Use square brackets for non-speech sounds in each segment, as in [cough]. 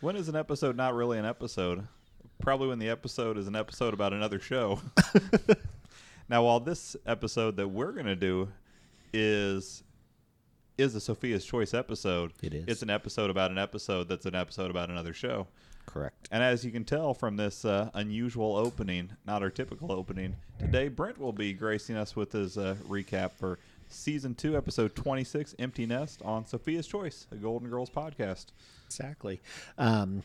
when is an episode not really an episode? Probably when the episode is an episode about another [laughs] show. now, while this episode that we're gonna do is is a Sophia's Choice episode, It is. It's an episode about an episode that's an episode about another show. Correct. And as you can tell from this uh, unusual opening, not our typical opening, today Brent will be gracing us with his uh, recap for season two, episode 26, Empty Nest, on Sophia's Choice, a Golden Girls podcast. Exactly. Um,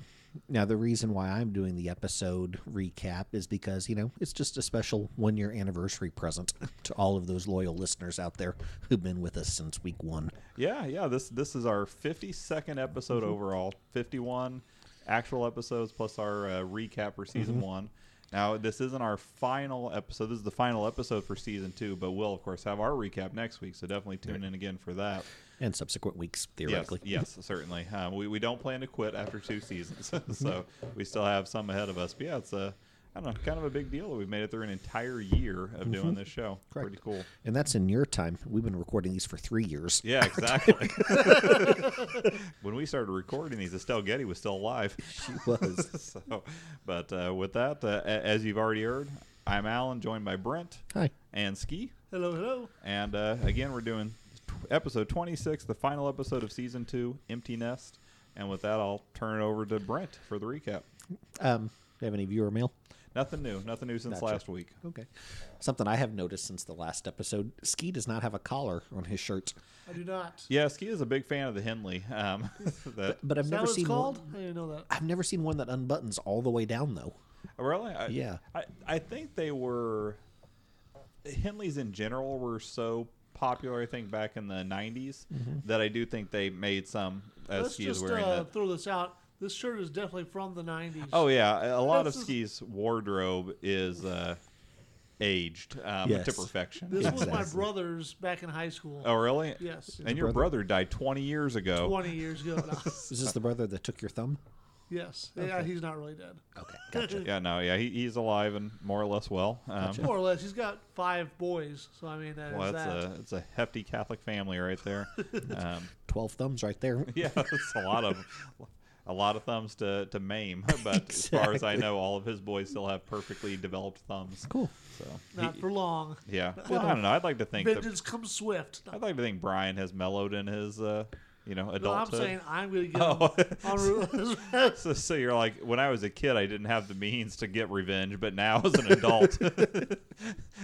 now, the reason why I'm doing the episode recap is because, you know, it's just a special one year anniversary present [laughs] to all of those loyal listeners out there who've been with us since week one. Yeah, yeah. This this is our 52nd episode overall. 51 actual episodes plus our uh, recap for season one. Now this isn't our final episode. This is the final episode for season two, but we'll of course have our recap next week. So definitely tune in again for that. And subsequent weeks, Yes, theoretically. yes, certainly. Um, we we don't plan to quit after two seasons, [laughs] so we still have some ahead of us. But yeah, it's a I don't know, kind of a big deal that we've made it through an entire year of doing this show. Correct. Pretty cool. And that's in your time. We've been recording these for three years. [laughs] Yeah, [laughs] exactly. when we started recording these, Estelle Getty was still [laughs] alive. She was. so, but uh, with that, uh, a- as you've already heard, I'm Alan, joined by Brent Hi. and Ski. Hello, hello. And uh, again, we're doing tw- episode 26, the final episode of season two, Empty Nest. And with that, I'll turn it over to Brent for the recap. Um, have any viewer mail? Nothing new. Nothing new since Gotcha. last week. Okay. Something I have noticed since the last episode Ski does not have a collar on his shirt. I do not. Yeah, Ski is a big fan of the Henley. Um, [laughs] that, But I've Is that never what seen it's called? One, I didn't know that. I've never seen one that unbuttons all the way down though. Really? I, Yeah. I, I think they were. Henleys in general were so popular, I think, back in the 90s Mm-hmm. that I do think they made some. As Let's ski is just wearing uh, that. throw this out. This shirt is definitely from the 90s. Oh, yeah. A lot of This is- Ski's wardrobe is uh, aged um, to Yes. perfection. This was my Exactly. brother's back in high school. Oh, really? Yes. And your brother, died 20 years ago. 20 [laughs] years ago. Is this the brother that took your thumb? yes. Yeah, he's not really dead. Okay, [laughs] gotcha. Yeah, no, yeah. He, he's alive and more or less well. Um, More or less. He's got five boys. So, I mean, that is Well, that's that. a, it's a hefty Catholic family right [laughs] there. Um, 12 thumbs right there. [laughs] Yeah, it's a lot of a lot of thumbs to to maim. [laughs] But as far as I know, all of his boys still have perfectly developed thumbs. Cool. So not he- for long. [laughs] yeah, well, I don't know. I'd like to think that, Vengeance comes swift. No, I'd like to think Brian has mellowed in his uh, you know no, I'm adulthood. saying I'm going to get him [laughs] Oh. [laughs] on [laughs] route. So, so you're like, when I was a kid, I didn't have the means to get revenge, but now as an adult, [laughs]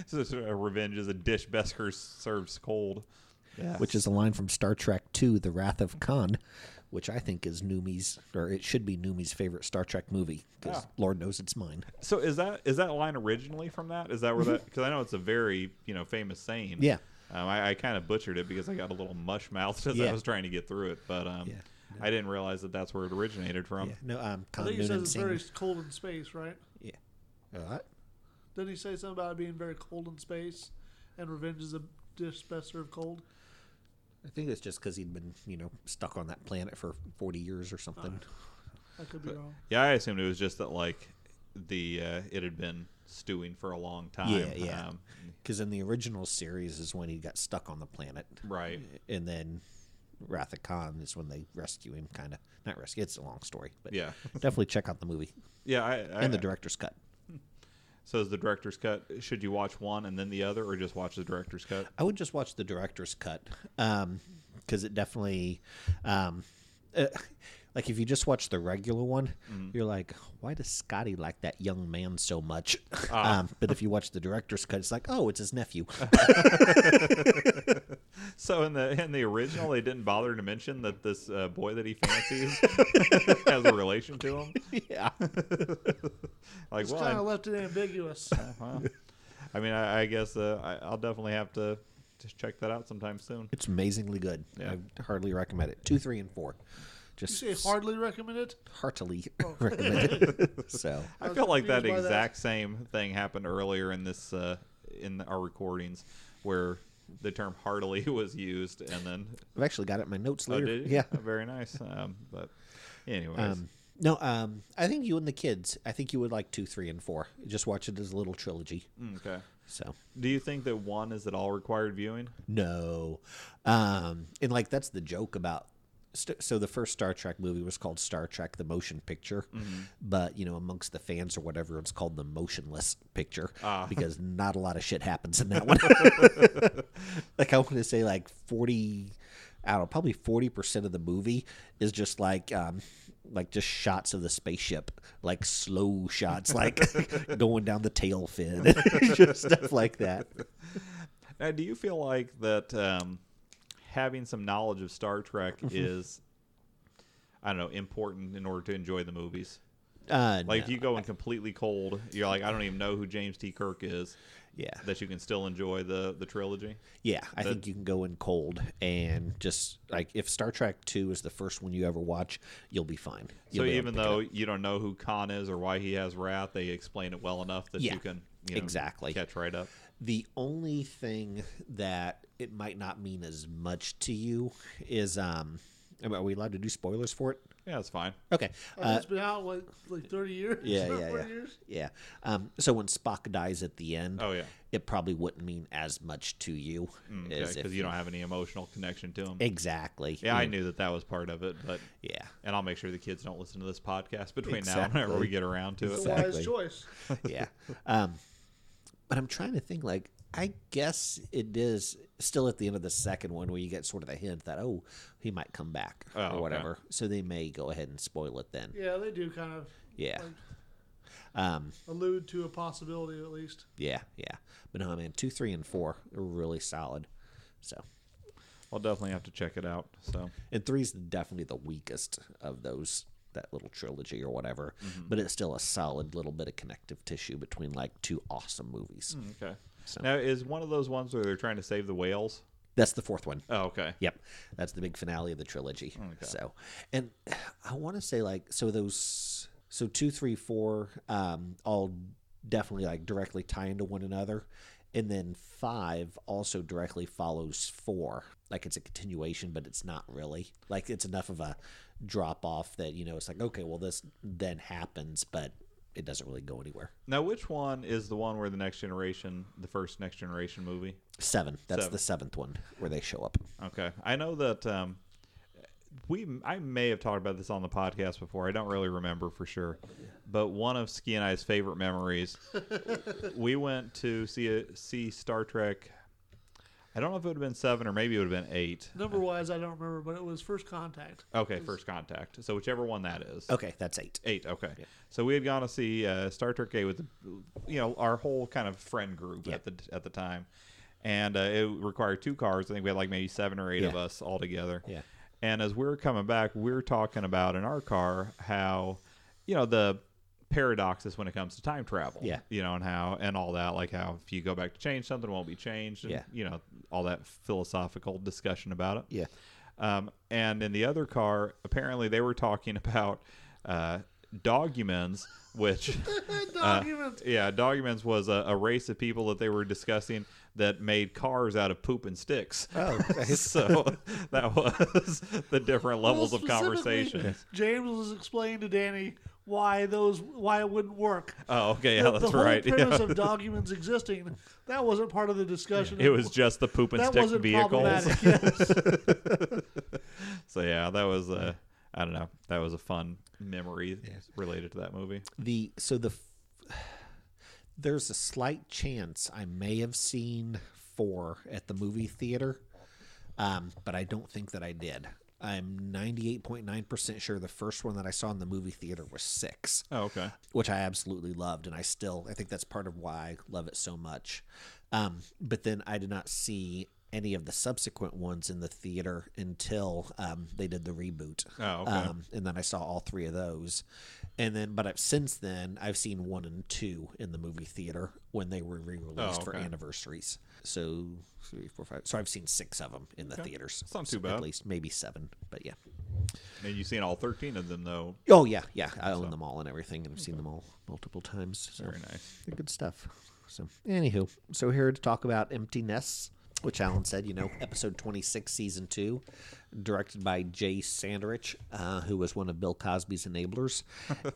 so, so, uh, revenge is a dish best cur- serves cold. Yeah. Which is a line from Star Trek II, The Wrath of Khan, which I think is Numi's, or it should be Numi's favorite Star Trek movie, because Yeah. Lord knows it's mine. So is that is that line originally from that? Is that where that? Because I know it's a very you know famous saying. Mm-hmm. Yeah. Um, I, I kind of butchered it because I got a little mush mouthed [laughs] as Yeah. I was trying to get through it, but um, Yeah. I didn't realize that that's where it originated from. Yeah. No, um, I Khan think he says Noonan it's Singh. very cold in space, right? Yeah. Uh, Didn't he say something about it being very cold in space and revenge is a dish best served cold? I think it's just because he'd been, you know, stuck on that planet for 40 years or something. I could be wrong. Yeah, I assumed it was just that like the uh, it had been stewing for a long time. Yeah, yeah. Um, Because in the original series is when he got stuck on the planet. right. And then Wrath of Khan is when they rescue him, kind of. Not rescue, it's a long story. But Yeah. [laughs] Uh, definitely check out the movie Yeah. I, I, and the director's cut. so is the director's cut. Should you watch one and then the other, or just watch the director's cut? I would just watch the director's cut because it definitely, um, uh, like, if you just watch the regular one, you're like, why does Scotty like that young man so much? [laughs] Um, but if you watch the director's cut, it's like, oh, it's his nephew. So in the in the original, they didn't bother to mention that this uh, boy that he fancies [laughs] has a relation to him. yeah. Like, It's well, kind I- of left it [laughs] ambiguous. well, I mean, I, I guess uh, I, I'll definitely have to just check that out sometime soon. It's amazingly good. Yeah. I hardly recommend it. Two, three, and four. Just You say hardly recommend it? heartily [laughs] recommend it. so. I, was feel like that confused by that. exact same thing happened earlier in this uh, in our recordings where the term heartily [laughs] was used, and then I've actually got it in my notes oh, later. did you? Yeah. very nice. Um, but anyways, Um, no, um, I think you and the kids, I think you would like two, three, and four. Just watch it as a little trilogy. okay. So, Do you think that one is at all required viewing? no. Um, and like, that's the joke about st- so the first Star Trek movie was called Star Trek: The Motion Picture, but you know, amongst the fans or whatever, it's called the Motionless Picture because not a lot of shit happens in that one. like I want to say, like forty, I don't know, probably forty percent of the movie is just like. Um, like just shots of the spaceship, like slow shots, like going down the tail fin, [laughs] just stuff like that. Now, do you feel like that um, having some knowledge of Star Trek is, I don't know, important in order to enjoy the movies? Uh, Like, no. if you go in completely cold, you're like, I don't even know who James T. Kirk is. yeah, That you can still enjoy the the trilogy. Yeah, I think you can go in cold and just like if Star Trek Two is the first one you ever watch, you'll be fine. So You'll be able even to pick it though up. you don't know who Khan is or why he has wrath, they explain it well enough that Yeah, you can you know, exactly. catch right up. the only thing that it might not mean as much to you is, um, I mean, are we allowed to do spoilers for it? Yeah, that's fine. Okay. Uh, Uh, it's been out like, like 30 years. yeah, or [laughs] yeah, 40 yeah, years. yeah. Um, so when Spock dies at the end, Oh yeah, it probably wouldn't mean as much to you as because if you don't have any emotional connection to him. exactly. Mm, yeah, I knew that that was part of it, but Yeah. and I'll make sure the kids don't listen to this podcast between now and whenever Exactly. we get around to It's it. a Exactly. [laughs] wise choice. yeah. Um, but I'm trying to think, like, I guess it is still at the end of the second one where you get sort of the hint that, oh, he might come back Oh, okay. or whatever. So they may go ahead and spoil it then. Yeah, they do kind of Yeah. like, Um, allude to a possibility at least. yeah. Yeah. But no, man, two, three, and four are really solid. So, I'll definitely have to check it out. So and three's definitely the weakest of those. That little trilogy or whatever, Mm-hmm. but it's still a solid little bit of connective tissue between like two awesome movies. okay. Mm. So- Now is one of those ones where they're trying to save the whales? That's the fourth one. Oh, okay. Yep, that's the big finale of the trilogy. So, and [sighs] I want to say like so those so two, three, four, um, all definitely like directly tie into one another, and then five also directly follows four. Like it's a continuation, but it's not really. Like it's enough of a drop off that you know it's like okay, well this then happens, but it doesn't really go anywhere. Now which one is the one where the next generation, the first next generation movie? Seven. That's Seven. the seventh one where they show up. Okay. I know that um, we I may have talked about this on the podcast before. I don't really remember for sure. But one of Ski and I's favorite memories, we went to see a, see Star Trek. I don't know if it would have been seven or maybe it would have been eight. Number wise, I don't remember, but it was first contact. Okay, first contact. So whichever one that is. Okay, that's eight. Eight. Okay. So we had gone to see uh, Star Trek Eight with, you know, our whole kind of friend group at the at the time, and uh, it required two cars. I think we had like maybe seven or eight of Yeah. us all together. Yeah. And as we were coming back, we were talking about in our car how, you know, the paradoxes when it comes to time travel. Yeah. You know, and how and all that, like how if you go back to change something, it won't be changed. And, Yeah. You know, all that philosophical discussion about it. Yeah. Um, and in the other car, apparently they were talking [laughs] about uh, dogumens, [laughs] which, uh, Documents. yeah, dogumens was a, a race of people that they were discussing that made cars out of poop and sticks. Oh, [laughs] so that was [laughs] the different Well, levels of specifically, conversation. James was explaining to Danny why those why it wouldn't work. Oh, okay, yeah, the, the that's whole right. [laughs] premise Yeah. of documents existing that wasn't part of the discussion. It was just the poop and that stick wasn't vehicles. problematic. Yes. [laughs] So yeah, that was a I don't know, that was a fun memory related to that movie. the so the [sighs] f- there's a slight chance I may have seen four at the movie theater, um, but I don't think that I did. I'm 98.9% sure the first one that I saw in the movie theater was six, Oh, okay. which I absolutely loved, and I still I think that's part of why I love it so much. Um, but then I did not see any of the subsequent ones in the theater until um, they did the reboot Oh, okay. um, and then I saw all three of those, and then but I've, since then I've seen one and two in the movie theater when they were re-released Oh, for okay. anniversaries. So three, four, five. So I've seen six of them in the theaters. That's not So too bad. At least maybe seven, but yeah. and you've seen all thirteen of them though. Oh yeah, yeah. I own them all and everything, and I've seen them all multiple times. So Very nice. they're good stuff. So anywho, so here to talk about empty nests, which Alan said, you know, episode twenty six, season two. directed by Jay Sandrich, uh, who was one of Bill [laughs] Cosby's enablers.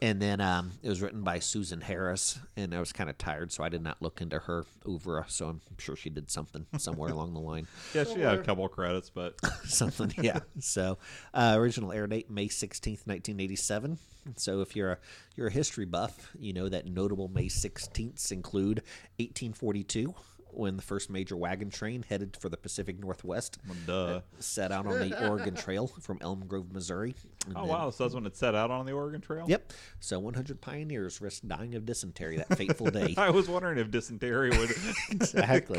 and then um, it was written by Susan Harris, and I was kind of tired, so I did not look into her oeuvre. So I'm sure she did something somewhere along the line. Yeah, she had a couple of credits, but [laughs] something. Yeah. So uh, original air date May sixteenth, nineteen eighty seven. So if you're a you're a history buff, you know that notable May sixteenths include eighteen forty two. When the first major wagon train headed for the Pacific Northwest [laughs] duh. set out on [laughs] the Oregon Trail from Elm Grove, Missouri. And Oh then- wow, so that's when it set out on the Oregon Trail. Yep. So 100 pioneers risked dying of dysentery that fateful day. [laughs] I was wondering if dysentery would [laughs] Exactly.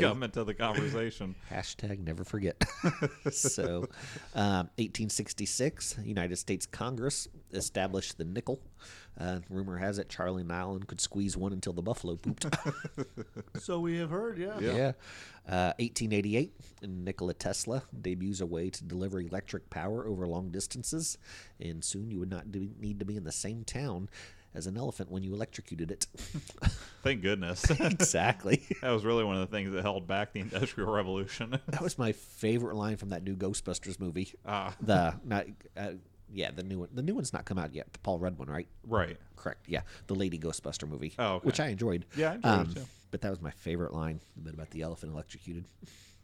[laughs] come into the conversation. Hashtag never forget. [laughs] so, um, 1866, United States Congress established the nickel. Uh, rumor has it Charlie Nyland could squeeze one until the buffalo pooped. So we have heard, yeah. Yeah. Uh, 1888, Nikola Tesla debuts a way to deliver electric power over long distances, and soon you would not do, need to be in the same town as an elephant when you electrocuted it. [laughs] Thank goodness. [laughs] that exactly. was really one of the things that held back the Industrial Revolution. [laughs] That was my favorite line from that new Ghostbusters movie. Ah. the not, uh, yeah, the new one. The new one's not come out yet. The Paul Rudd one, right? right. Correct. Yeah, the Lady Ghostbuster movie. Oh, okay. which I enjoyed. Um, Yeah, I enjoyed it too. But that was my favorite line, the bit about the elephant electrocuted. [laughs]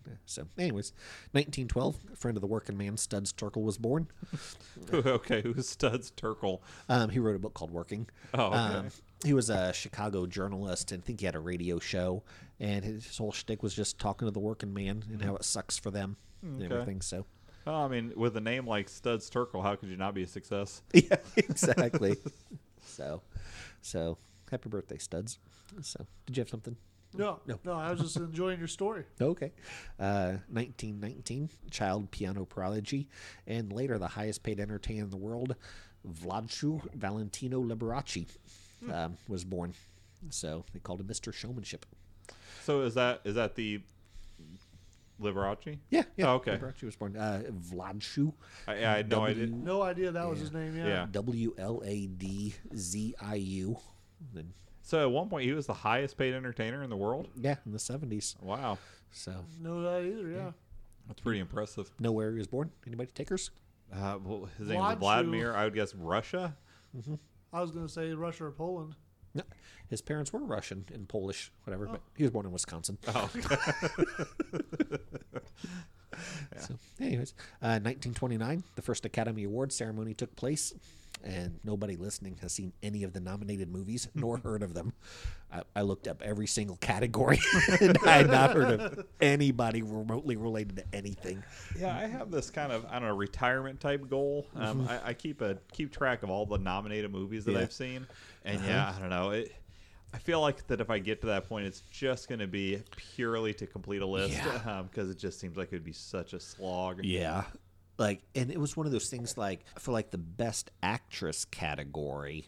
Yeah, So, anyways, 1912, a friend of the working man, Studs Terkel, [laughs] was born. [laughs] okay, who's Studs Terkel? Um, he wrote a book called Working. Oh, okay. Um, he was a Chicago journalist and I think he had a radio show. And his whole shtick was just talking to the working man and how it sucks for them and Mm-hmm. Okay. everything. So, Oh, I mean, with a name like Studs Terkel, how could you not be a success? [laughs] yeah, exactly. so, so happy birthday, Studs. So, did you have something? No, No. no, I was just enjoying your story. Okay. Uh, 1919, child piano prodigy, and later the highest paid entertainer in the world, Vlacho Valentino Liberace, Hmm. um, was born. So they called him Mr. Showmanship. So is that is that the Liberace? Yeah, yeah. Oh, okay. Liberace was born. Uh, Vlacho. I, I had no W- idea. No idea that was his name. Yeah. Yeah. W L A D Z I U. Then So at one point, he was the highest paid entertainer in the world. yeah, in the 70s. Wow, So No, that either. Yeah. that's pretty impressive. know where he was born? Anybody takers? Uh, well, his name is Vlad Vladimir. I would guess Russia. I was gonna say Russia or Poland. No. His parents were Russian and Polish, whatever, but he was born in Wisconsin. Oh, okay. [laughs] So, anyways, uh, 1929, the first Academy Award ceremony took place, and nobody listening has seen any of the nominated movies nor heard of them. I, I looked up every single category, [laughs] and I had not heard of anybody remotely related to anything. yeah. I have this kind of I don't know retirement type goal. Um, I, I keep a keep track of all the nominated movies that Yeah. I've seen, and yeah, I don't know. It, I feel like that if I get to that point, it's just going to be purely to complete a list because [laughs] Yeah. it just seems like it would be such a slog. Yeah. Like, and it was one of those things like for like the best actress category,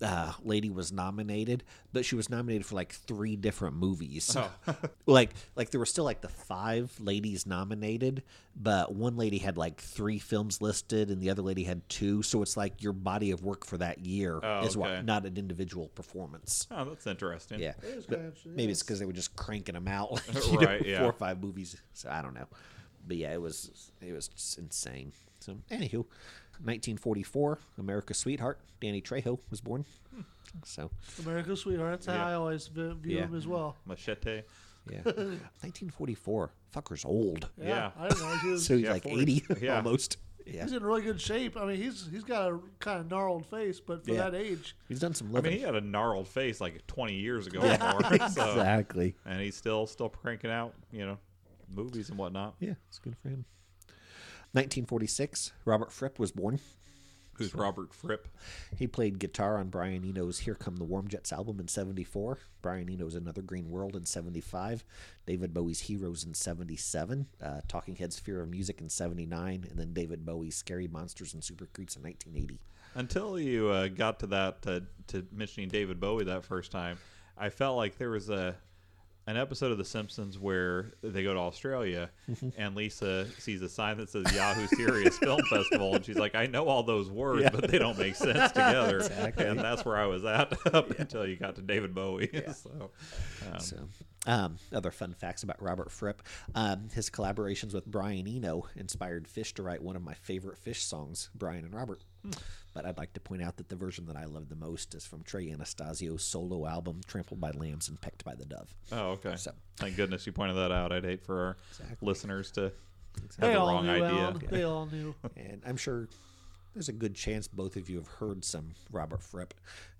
uh, lady was nominated, but she was nominated for like three different movies. Oh. [laughs] [laughs] like, like there were still like the five ladies nominated, but one lady had like three films listed, and the other lady had two. So it's like your body of work for that year Oh, is what, okay. not an individual performance. Oh, that's interesting. Yeah, It is But kinda interesting, maybe yeah. it's because they were just cranking them out, [laughs] like, you know, Right, yeah. four or five movies. So I don't know, but yeah, it was it was just insane. So anywho, 1944, America's sweetheart Danny Trejo was born. So America's sweetheart. That's how Yeah. I always vi- view Yeah. him as well. Machete. [laughs] yeah, 1944, fucker's old. Yeah. Yeah. I didn't know he was. So he's Yeah, like 40. 80 [laughs] Yeah. almost. Yeah, He's in really good shape. I mean, he's he's got a kind of gnarled face, but for Yeah. that age, he's done some I mean, living. he uh, had a gnarled face like 20 years [laughs] ago, or more, so- exactly. and he's still still cranking out, you know, movies and whatnot. Yeah, it's good for him. 1946, Robert Fripp was born. Who's Robert Fripp? He played guitar on Brian Eno's Here Come the Warm Jets album in 74, Brian Eno's Another Green World in 75, David Bowie's Heroes in 77, uh, Talking Heads Fear of Music in 79, and then David Bowie's Scary Monsters and Super Creeps in 1980. Until you uh, got to that uh, to mentioning David Bowie that first time, I felt like there was a an episode of The Simpsons where they go to Australia Mm-hmm. and Lisa sees a sign that says Yahoo Serious Film Festival, and she's like, I know all those words, Yeah. but they don't make sense together. Exactly. And that's where I was at [laughs] up until you got to David Bowie. [laughs] so, um, So, um, other fun facts about Robert Fripp: um, his collaborations with Brian Eno inspired Fish to write one of my favorite Fish songs, "Brian and Robert." But I'd like to point out that the version that I love the most is from Trey Anastasio's solo album, "Trampled by Lambs and Pecked by the Dove." oh, okay. So- Thank goodness you pointed that out. I'd hate for our listeners to They have the all wrong knew, idea. Alan. They all knew. And I'm sure there's a good chance both of you have heard some Robert Fripp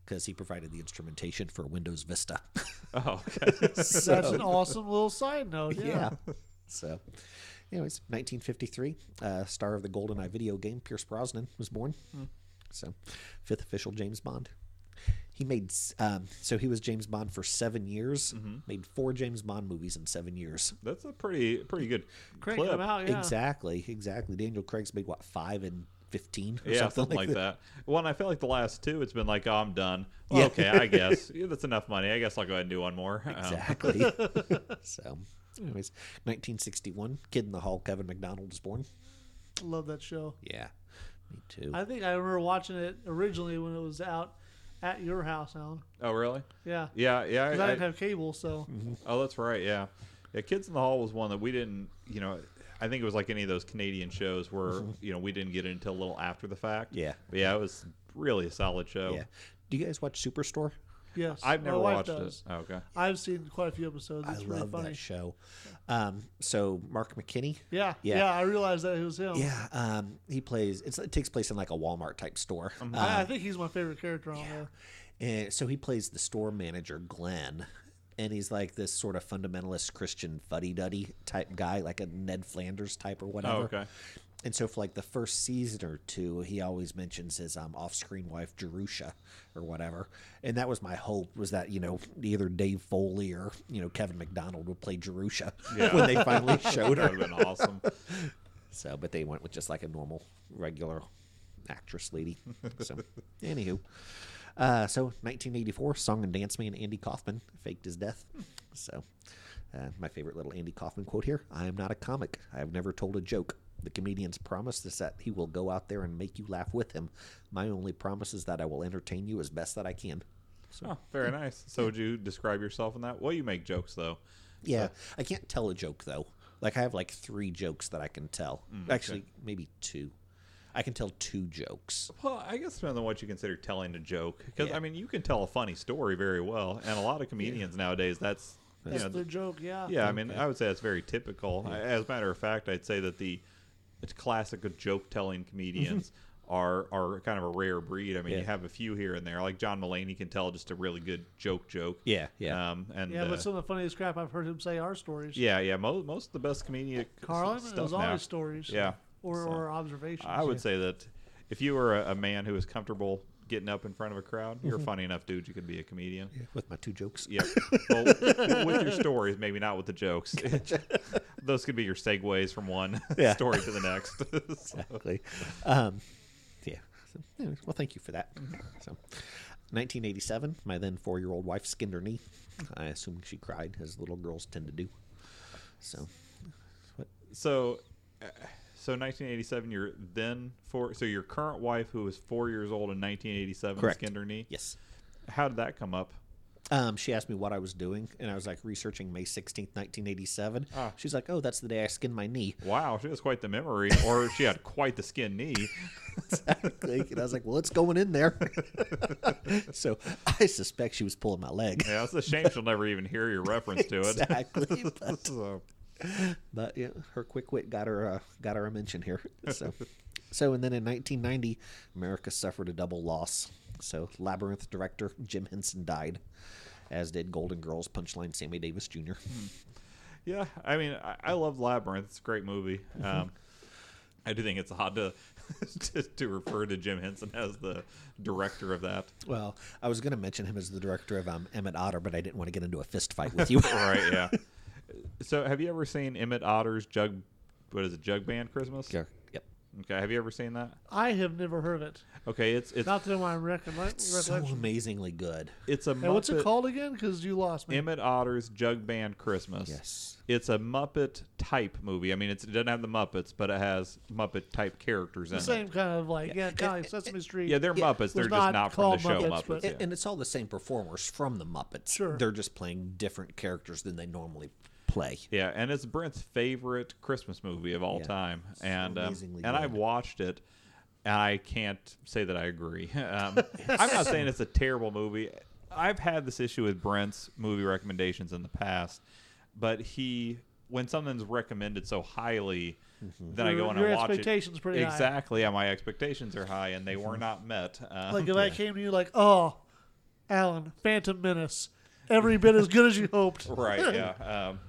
because he provided the instrumentation for Windows Vista. [laughs] [laughs] Oh, okay. That's an awesome little side note. Yeah. yeah. So, anyways, 1953, uh, star of the GoldenEye video game, Pierce Brosnan, was born. So, fifth official James Bond. He made, s- um, so he was James Bond for seven years, made four James Bond movies in seven years. That's a pretty pretty good Cranking clip. them out. Yeah. Exactly, exactly. Daniel Craig's made, what, five and 15 or Yeah, something, [laughs] like that. Well, and I feel like the last two, it's been like, oh, I'm done. Well, Yeah. Okay, [laughs] I guess yeah, that's enough money. I guess I'll go ahead and do one more. Um, [laughs] Exactly. [laughs] so, anyways, 1961, Kid in the Hall, Kevin McDonald was born. Love that show. Yeah, me too. I think I remember watching it originally when it was out at your house, Alan. oh, really? Yeah. Yeah, yeah. I- 'Cause I, I- didn't have cable, so oh, that's right. Yeah, yeah. Kids in the Hall was one that we didn't. You know, I think it was like any of those Canadian shows where you know we didn't get it until a little after the fact. Mm-hmm. Yeah. but yeah, it was really a solid show. yeah. Do you guys watch Superstore? yes. I've my never wife watched does. it. Oh, okay. I've seen quite a few episodes. It's I really love funny. that show. Um, so Mark McKinney. Yeah, Yeah. yeah, I realized that it was him. Yeah, um, he plays. It's, it takes place in like a Walmart type store. Uh, I, I think he's my favorite character on there. And so he plays the store manager, Glenn, and he's like this sort of fundamentalist Christian fuddy duddy type guy, like a Ned Flanders type or whatever. Oh, [laughs] Oh, okay. And so for like the first season or two, he always mentions his um, off-screen wife Jerusha or whatever, and that was my hope was that you know either Dave Foley or you know Kevin McDonald would play Jerusha Yeah. [laughs] when they finally showed That her. would have been [laughs] awesome. So, but they went with just like a normal, regular actress lady. So, anywho, uh, so 1984, song and dance man Andy Kaufman faked his death. So, uh, my favorite little Andy Kaufman quote here: "I am not a comic. I have never told a joke." The comedian's promise is that he will go out there and make you laugh with him. My only promise is that I will entertain you as best that I can. Oh, very nice. So, would you describe yourself in that? Well, you make jokes though. Yeah, I can't tell a joke though. Like I have like three jokes that I can tell. Actually, maybe two. I can tell two jokes. Well, I guess depends on what you consider telling a joke, because Yeah. I mean, you can tell a funny story very well, and a lot of comedians nowadays, that's you That's know, their joke. Yeah. yeah. I mean, I would say that's very typical. I, as a matter of fact, I'd say that the it's classic of joke telling comedians. Are, are kind of a rare breed. I mean, Mm-hmm. Yeah. you have a few here and there. Like John Mulaney can tell just a really good joke joke. Yeah, yeah. Um, and Yeah, uh, but some of the funniest crap I've heard him say are stories. yeah, yeah. Most, most of the best comedian Carlin, stuff it was now. always stories. Yeah. Or, So. or observations. I would say that if you were a, a man who was comfortable getting up in front of a crowd, Mm-hmm. you're a funny enough dude. You could be a comedian. With my two jokes. [laughs] Yeah. Well, with your stories, maybe not with the jokes. [laughs] Those could be your segues from one [laughs] [laughs] Yeah. story to the next. [laughs] So, Exactly. Um, yeah. So, anyways, well, thank you for that. Mm-hmm. So, 1987, my then four-year-old wife skinned her knee. I assume she cried, as little girls tend to do. So, so, uh, so 1987. Your then four. So your current wife, who was four years old in 1987, Correct. skinned her knee. yes. How did that come up? Um, she asked me what I was doing, and I was like researching May 16th, 1987. Ah. She's like, "Oh, that's the day I skinned my knee." [laughs] Wow, she has quite the memory, or she had quite the skin knee. exactly. And I was like, well, it's going in there. [laughs] so I suspect she was pulling my leg. Yeah, it's a shame she'll never even hear your reference to it. [laughs] Exactly. [laughs] But, So. but yeah, her quick wit got her uh, got her a mention here. [laughs] So, so and then in 1990, America suffered a double loss. So Labyrinth director Jim Henson died, as did Golden Girls punchline Sammy Davis Jr. Hmm. Yeah, I mean, I, I love Labyrinth. It's a great movie. Mm-hmm. Um, I do think it's odd to, [laughs] to to refer to Jim Henson as the director of that. Well, I was going to mention him as the director of um, Emmett Otter, but I didn't want to get into a fist fight with [laughs] you. [laughs] Right? Yeah. so, have you ever seen Emmett Otter's Jug? What is it? Jug Band Christmas? Yeah, Yep. Okay, have you ever seen that? I have never heard of it. Okay, it's it's Not that I'm recollect. So recollection. amazingly good. it's a and what's it Muppet- called again? Because you lost me. Emmett Otter's Jug Band Christmas. Yes. It's a Muppet type movie. I mean, it's, it doesn't have the Muppets, but it has Muppet type characters in the same it. kind of like yeah, kind of like Sesame Street. Yeah, they're Yeah, Muppets. They're just not not from the called show Muppets, Muppets. but- yeah. And, and it's all the same performers from the Muppets. Sure. They're just playing different characters than they normally play. Yeah, and it's Brent's favorite Christmas movie of all Yeah. time, So and um, amazingly and I've good. watched it. And I can't say that I agree. [laughs] Um, I'm not saying it's a terrible movie. I've had this issue with Brent's movie recommendations in the past, but he when something's recommended so highly, then I Your- go and your I watch expectations it. pretty high. exactly. Yeah, my expectations are high, and they were not met. Um, Like if I came to you like, oh, Alan, Phantom Menace, every bit as good as you [laughs] hoped. [laughs] right yeah um,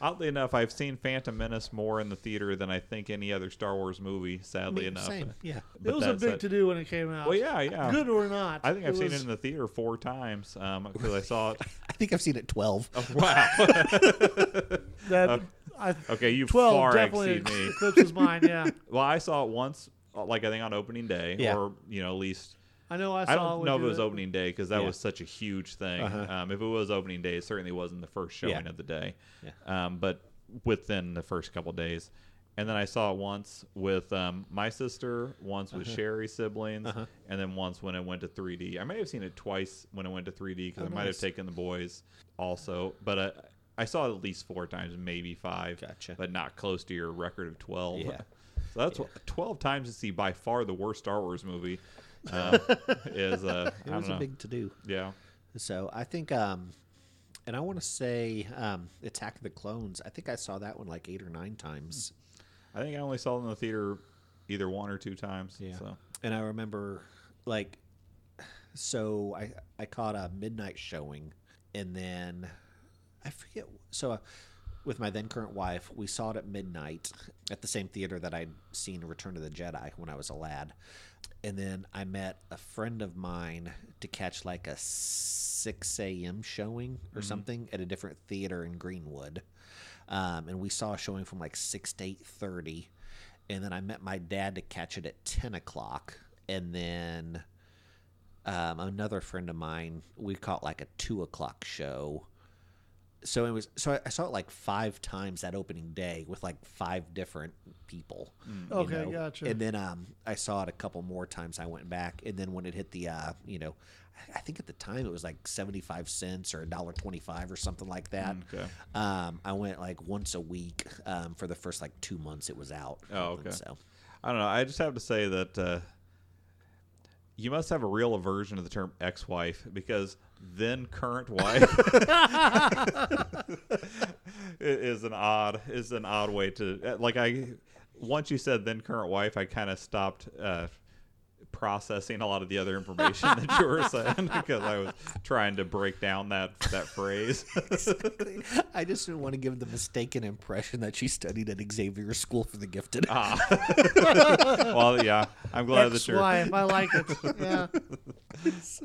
oddly enough i've seen phantom menace more in the theater than i think any other star wars movie sadly enough Same. Yeah. But it was a that's big it. to do when it came out. well yeah yeah Good or not. i think i've seen was- it in the theater four times because i saw [laughs] it [laughs] I think I've seen it 12. wow that. I, okay you Twelve uh, far definitely exceed me eclipses [laughs] mine. Yeah, well i saw it once uh, like i think on opening day Yeah. or you know at least I know. I, saw I it don't with know if it you was that- opening day because that Yeah. was such a huge thing. Uh-huh. Um, if it was opening day, it certainly wasn't the first showing Yeah. of the day. Yeah. Um, but within the first couple days, and then I saw it once with um, my sister, once Uh-huh. with Sherry's siblings, and then once when it went to 3D. I may have seen it twice when it went to 3D because I might have Oh, nice. taken the boys also, but. Uh, I saw it at least four times, maybe five, Gotcha. but not close to your record of twelve. Yeah. [laughs] So that's what, twelve times to see by far the worst Star Wars movie [laughs] um, is uh, I It don't was a know. big to do. yeah. So I think, um, and I want to say um, Attack of the Clones. I think I saw that one like eight or nine times. I think I only saw it in the theater either one or two times. So And I remember, like, so I I caught a midnight showing, and then I forget. So, uh, with my then current wife, we saw it at midnight at the same theater that I'd seen Return of the Jedi when I was a lad. And then I met a friend of mine to catch like a 6 a.m. showing or something at a different theater in Greenwood. Um, and we saw a showing from like 6 to 8.30. And then I met my dad to catch it at 10 o'clock. And then um, another friend of mine, we caught like a two o'clock show. So it was so I, I saw it like five times that opening day with like five different people. Mm. you Okay, know? gotcha. And then um, I saw it a couple more times. I went back, and then when it hit the uh, you know, I- I think at the time it was like seventy five cents or a dollar twenty five or something like that. Mm, okay. Um, I went like once a week um, for the first like two months it was out. Oh, okay. So I don't know. I just have to say that uh, you must have a real aversion to the term ex-wife because then current wife [laughs] i- is an odd is an odd way to uh, like I once you said then current wife I kind of stopped uh, processing a lot of the other information that you were saying [laughs] because I was trying to break down that that phrase. [laughs] I just didn't want to give the mistaken impression that she studied at Xavier School for the Gifted. Ah. [laughs] well, yeah, I'm glad that you're Ex-wife, I like [laughs] it. Yeah, It's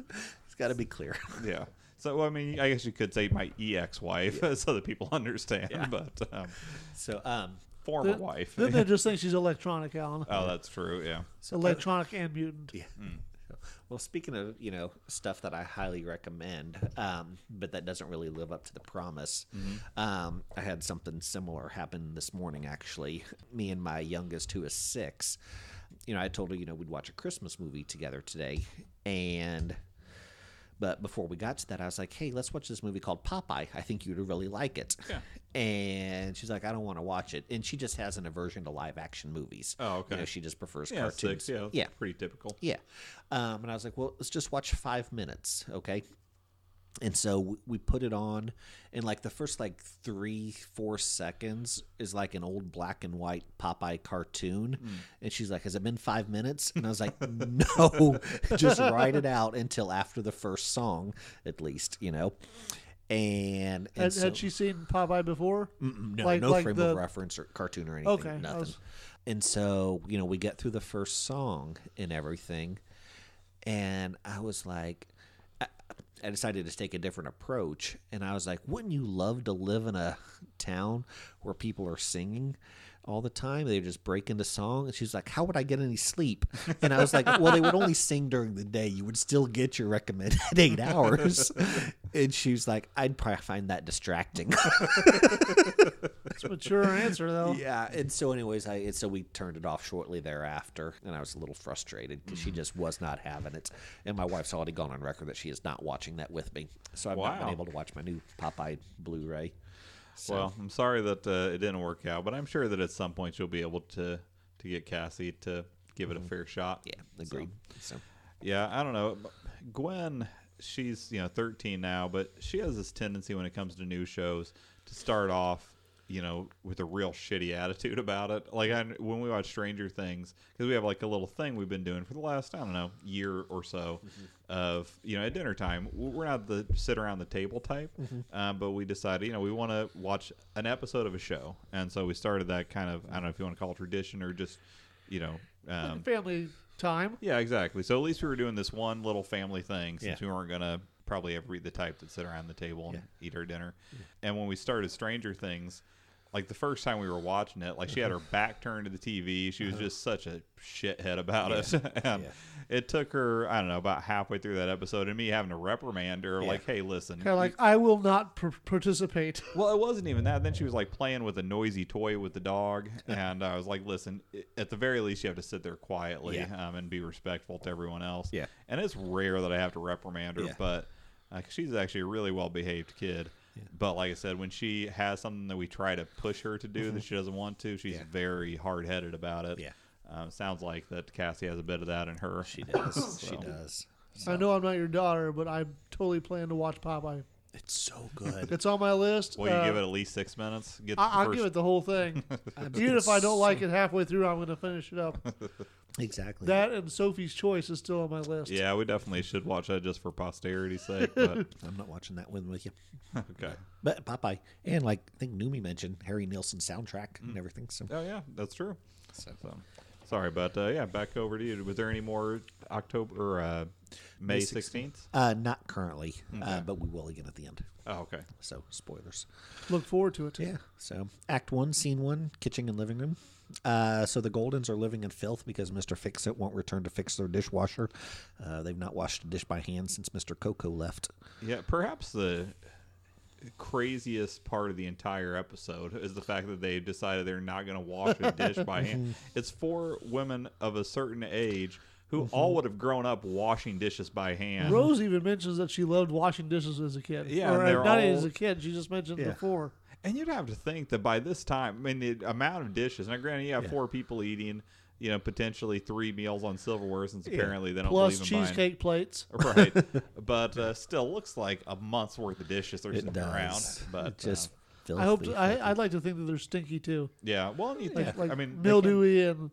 got to be clear. Yeah. So well, I mean, I guess you could say my ex-wife, so that people [laughs] understand. But um, So, um, former Then- wife. then they just think she's electronic, Alan. oh, that's true. Yeah. so electronic and mutant. Yeah. [laughs] Well, speaking of you know stuff that I highly recommend, um, but that doesn't really live up to the promise, Mm-hmm. um, I had something similar happen this morning. Actually, me and my youngest, who is six, you know, I told her you know we'd watch a Christmas movie together today, and But before we got to that, I was like, "Hey, let's watch this movie called Popeye. I think you'd really like it." And she's like, "I don't want to watch it." And she just has an aversion to live action movies. Oh, okay. You know, she just prefers Yeah. cartoons. Six. Yeah. that's yeah, Pretty typical. yeah. Um, and I was like, "Well, let's just watch five minutes, okay?" And so w- we put it on, and like the first like three, four seconds is like an old black and white Popeye cartoon. Hmm. And she's like, Has it been five minutes? And I was like, [laughs] No, just write it out until after the first song, at least, you know? And, and Had, so- had she seen Popeye before? Mm-mm, no, Like- no like frame the- of reference or cartoon or anything. Okay, I nothing. was- And so you know, we get through the first song and everything, and I was like, I, I decided to take a different approach, and I was like, wouldn't you love to live in a town where people are singing? all the time. They would just break into song, and she was like, "How would I get any sleep?" And I was like, "Well, they would only sing during the day. You would still get your recommended [laughs] eight hours." [laughs] And she was like, "I'd probably find that distracting." It's a mature answer [laughs] though. yeah. And so, anyways, I and so we turned it off shortly thereafter, and I was a little frustrated because she just was not having it. And my wife's already gone on record that she is not watching that with me, so I've not been Wow. able to watch my new Popeye Blu-ray. So, Well, I'm sorry that uh, it didn't work out, but I'm sure that at some point you'll be able to to get Cassie to give it a fair shot. yeah, agreed. So, Yeah, I don't know. Gwen, she's you know 13 now, but she has this tendency when it comes to new shows to start off, you know, with a real shitty attitude [laughs] about it. Like I, when we watch Stranger Things, because we have like a little thing we've been doing for the last I don't know year or so of you know at dinner time w- we're not the sit around the table type, um, but we decided you know we want to watch an episode of a show, and so we started that kind of I don't know if you want to call it tradition or just you know. Um, Family time. yeah, exactly. So at least we were doing this one little family thing since Yeah. we weren't gonna probably ever be the type that sit around the table and eat our dinner. And when we started Stranger Things, like the first time we were watching it, like she [laughs] had her back turned to the TV. She was just such a shithead about us. [laughs] it. and Uh-huh. Yeah. it took her, I don't know, about halfway through that episode and me having to reprimand her, like, hey, listen. Kind of like I will not pr- participate. Well, it wasn't even that. Then she was like playing with a noisy toy with the [laughs] dog, and I was like, "Listen, i- at the very least, you have to sit there quietly Yeah. um, and be respectful to everyone else." Yeah. And it's rare that I have to reprimand her, Yeah. but uh, 'cause she's actually a really well-behaved kid. But like I said, when she has something that we try to push her to do that she doesn't want to, she's Mm-hmm. Yeah. very hard-headed about it. Yeah. Um, sounds like that Cassie has a bit of that in her. she does. She does. I know I'm not your daughter, but I'm totally planning to watch Popeye. It's so good. It's on my list. Well, you Uh, give it at least six minutes. Get the I- I'll first- give it the whole thing. [laughs] Even if I don't like it halfway through, I'm going to finish it up. [laughs] [laughs] exactly. That and Sophie's Choice is still on my list. Yeah, we definitely should watch that just for posterity's sake. [laughs] But I'm not watching that one with you. okay. But Popeye and like I think Numi mentioned Harry Nilsson soundtrack and everything. So, Oh yeah, that's true. so. So, um, sorry, but uh, yeah, back over to you. Was there any more October or uh, May sixteenth? Uh, not currently, uh, but we will again at the end. Oh, okay. So spoilers. Look forward to it. Yeah. So Act One, Scene One, kitchen and living room. Uh, so the Goldens are living in filth because Mr. Fix It won't return to fix their dishwasher. Uh, they've not washed a dish by hand since Mr. Coco left. Yeah, perhaps the craziest part of the entire episode is the fact that they decided they're not going to wash a dish by [laughs] hand. It's four women of a certain age who all would have grown up washing dishes by hand. Rose even mentions that she loved washing dishes as a kid. Yeah, or and they're uh, not all- as a kid. She just mentioned Yeah. before. And you'd have to think that by this time, I mean, the amount of dishes. Now, granted, you have four people eating, you know, potentially three meals on silverware, since apparently they don't Plus believe in buying- cheesecake plates. [laughs] right? But uh, still, looks like a month's worth of dishes they're sitting around. But It just uh, filthy. I hope. [laughs] I, I'd like to think that they're stinky too. yeah, well, and you think, Like, [laughs] like I mean, they can't- mildewy and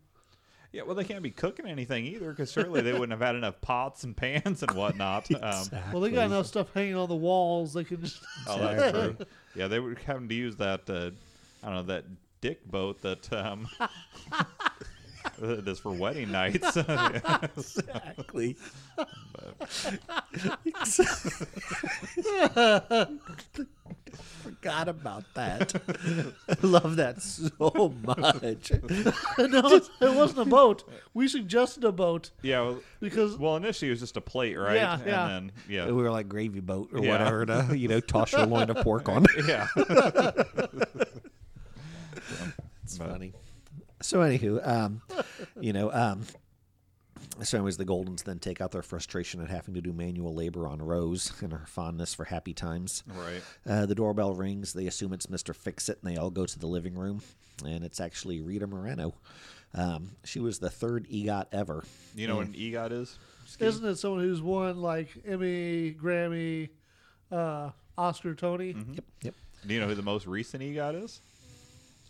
yeah, well, they can't be cooking anything either because surely they wouldn't have had enough pots and pans and whatnot. Um, well, they got enough stuff hanging on the walls. They can just [laughs] [laughs] oh, that's true. Yeah, they were having to use that. Uh, I don't know that dick boat that. Um, [laughs] This for wedding nights. [laughs] exactly. Forgot about that. I love that so [laughs] much. no, it wasn't a boat. We suggested a boat yeah, well, because well, initially it was just a plate, right? Yeah, and yeah. then yeah, we were like gravy boat or Yeah. whatever to you know toss your loin of pork on. [laughs] yeah. It's funny. So anywho, um, you know, um, so anyways, the Goldens then take out their frustration at having to do manual labor on Rose and her fondness for happy times. right. Uh, the doorbell rings. They assume it's Mr. Fix It, and they all go to the living room. And it's actually Rita Moreno. Um, she was the third EGOT ever. You know what an EGOT is? isn't it someone who's won like Emmy, Grammy, uh, Oscar, Tony? Mm-hmm. Yep, yep. Do you know who the most recent EGOT is?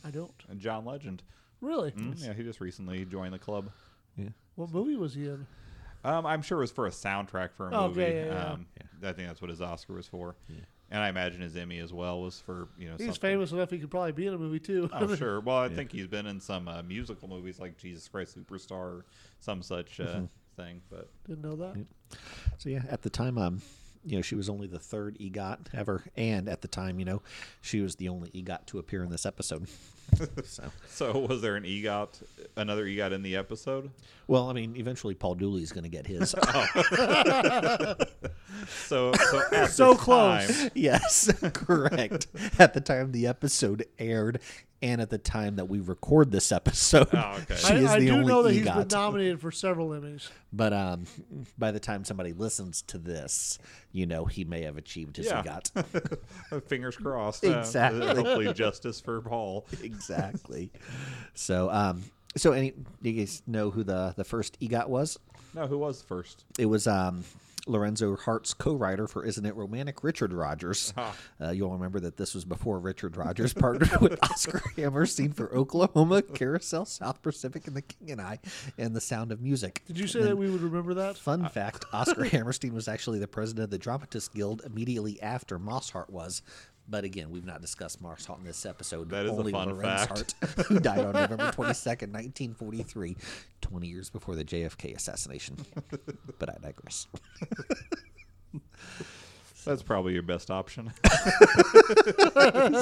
I don't John Legend. really. Mm, yeah, he just recently joined the club. Yeah. What movie was he in? Um, I'm sure it was for a soundtrack for a Oh, movie. yeah, yeah, yeah. Um, I think that's what his Oscar was for, and I imagine his Emmy as well was for you know. He's something. famous enough; he could probably be in a movie too. [laughs] Oh sure. Well, I think he's been in some uh, musical movies like Jesus Christ Superstar, or some such uh, thing. But [laughs] Didn't know that. So yeah, at the time, um, you know, she was only the third EGOT ever, and at the time, you know, she was the only EGOT to appear in this episode. so, So was there an EGOT, another EGOT in the episode? well, I mean, eventually Paul Dooley's going to get his. So, so, at So the close. time- [laughs] yes, [laughs] correct. at the time the episode aired, and at the time that we record this episode, Oh, okay. she I, is I the do only know that he's been EGOT. nominated for several Emmys. But um, by the time somebody listens to this, you know, he may have achieved his Yeah. EGOT. [laughs] Fingers crossed. Uh, Exactly. hopefully, justice for Paul. exactly. So, um, so any do you guys know who the the first EGOT was? No, who was first? It was um, Lorenzo Hart's co-writer for "Isn't It Romantic?" [laughs] Richard Rogers. Uh-huh. Uh, you'll remember that this was before Richard Rogers [laughs] partnered with Oscar Hammerstein for Oklahoma, Carousel, South Pacific, and The King and I, and The Sound of Music. Did you say that we would remember that? Uh, Fun [laughs] fact: Oscar Hammerstein was actually the president of the Dramatists Guild immediately after Mosshart was. But again, we've not discussed Mosshart in this episode. That is a Only fun Lorenz fact. Hart, who died on November twenty second, nineteen forty three, twenty years before the [laughs] JFK assassination. but I digress. That's probably your best option.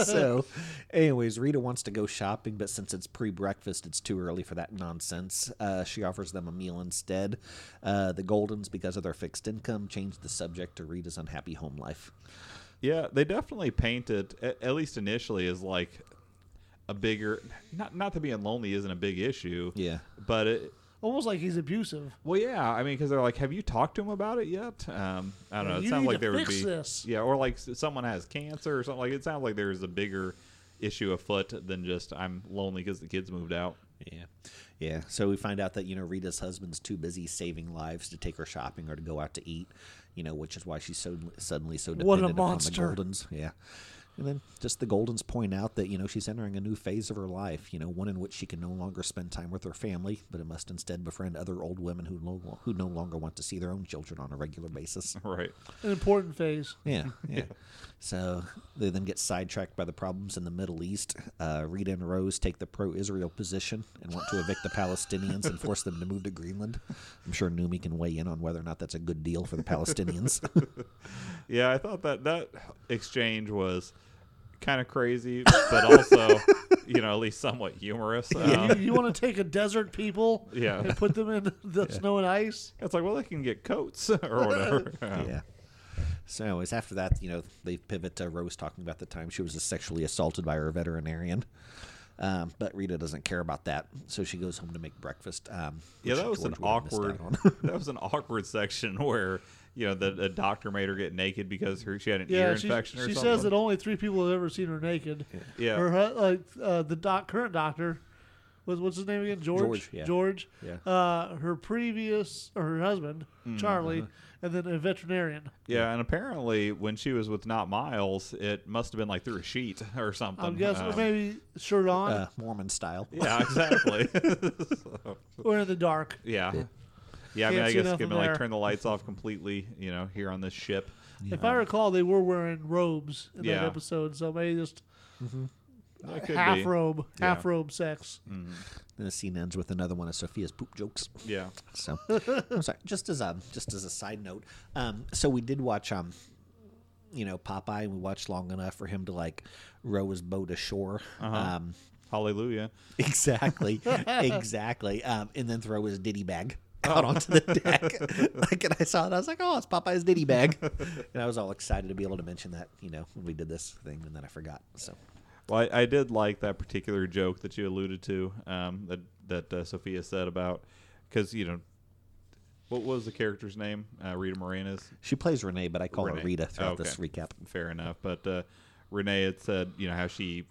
so, anyways, Rita wants to go shopping, but since it's pre breakfast, it's too early for that nonsense. Uh, she offers them a meal instead. Uh, the Goldens, because of their fixed income, change the subject to Rita's unhappy home life. Yeah, they definitely paint it a- at least initially as like a bigger not not that being lonely isn't a big issue. Yeah. But it Almost like he's abusive. well, yeah. I mean, because they're like, "Have you talked to him about it yet?" Um, I don't know. It You sounds need like to there would fix be, this. yeah, or like s- someone has cancer or something. Like it sounds like there's a bigger issue afoot than just I'm lonely because the kids moved out. [laughs] Yeah. Yeah. So we find out that, you know, Rita's husband's too busy saving lives to take her shopping or to go out to eat, you know, which is why she's so suddenly so What dependent a upon the monster. Goldens. Yeah. And then just the Goldens point out that, you know, she's entering a new phase of her life, you know, one in which she can no longer spend time with her family, but it must instead befriend other old women who no, who no longer want to see their own children on a regular basis. Right. An important phase. [laughs] Yeah, yeah. so they then get sidetracked by the problems in the Middle East. Uh, Rita and Rose take the pro-Israel position and want to evict the Palestinians and force them to move to Greenland. I'm sure Numi can weigh in on whether or not that's a good deal for [laughs] the Palestinians. Yeah, I thought that that exchange was kind of crazy, but [laughs] also, you know, at least somewhat humorous. Um, you want to take a desert people [laughs] Yeah. and put them in the snow and ice? It's like, well, they can get coats [laughs] or [laughs] whatever. yeah. So, anyways, after that, you know, they pivot to Rose talking about the time she was sexually assaulted by her veterinarian. Um, but Rita doesn't care about that, so she goes home to make breakfast. Um, Yeah, which that was an George would have missed out awkward. on. [laughs] that was an awkward section where you know the, the doctor made her get naked because her, she had an Yeah, ear she, infection or she something. says that only three people have ever seen her naked. Yeah. Her, hu- like uh, the doc, current doctor, was what's his name again? George. George, yeah. George. Yeah. Uh, her previous, or her husband, Mm, Charlie, uh-huh. and then a veterinarian. yeah, and apparently when she was with not Miles, it must have been like through a sheet [laughs] or something. I'm guessing Um, maybe shirt on uh, Mormon style. [laughs] Yeah, [laughs] exactly. [laughs] or in the dark. yeah. Yeah, I mean, Can't I see guess nothing given like there. turn the lights off completely, you know, here on this [laughs] ship. If I recall, they were wearing robes in Yeah. that episode, so maybe just It could half be. robe, Yeah. Mm, half robe sex. And the scene ends with another one of Sophia's poop jokes. Yeah. So I'm sorry. Just as a just as a side note, um, so we did watch um, you know Popeye, and we watched long enough for him to like row his boat ashore. Uh-huh. [laughs] Um, Hallelujah. exactly, [laughs] exactly. Um, and then throw his ditty bag Oh. out onto [laughs] the deck. like, and I saw it. I was like, oh, it's Popeye's ditty bag, and I was all excited to be able to mention that you know when we did this thing, and then I forgot. So Well, I, I did like that particular joke that you alluded to um, that that uh, Sophia said about because you know what was the character's name? Uh, Rita Morena's. she plays Renee, but I call Renee. her Rita throughout Okay. this recap. Fair enough, but uh, Renee had said you know how she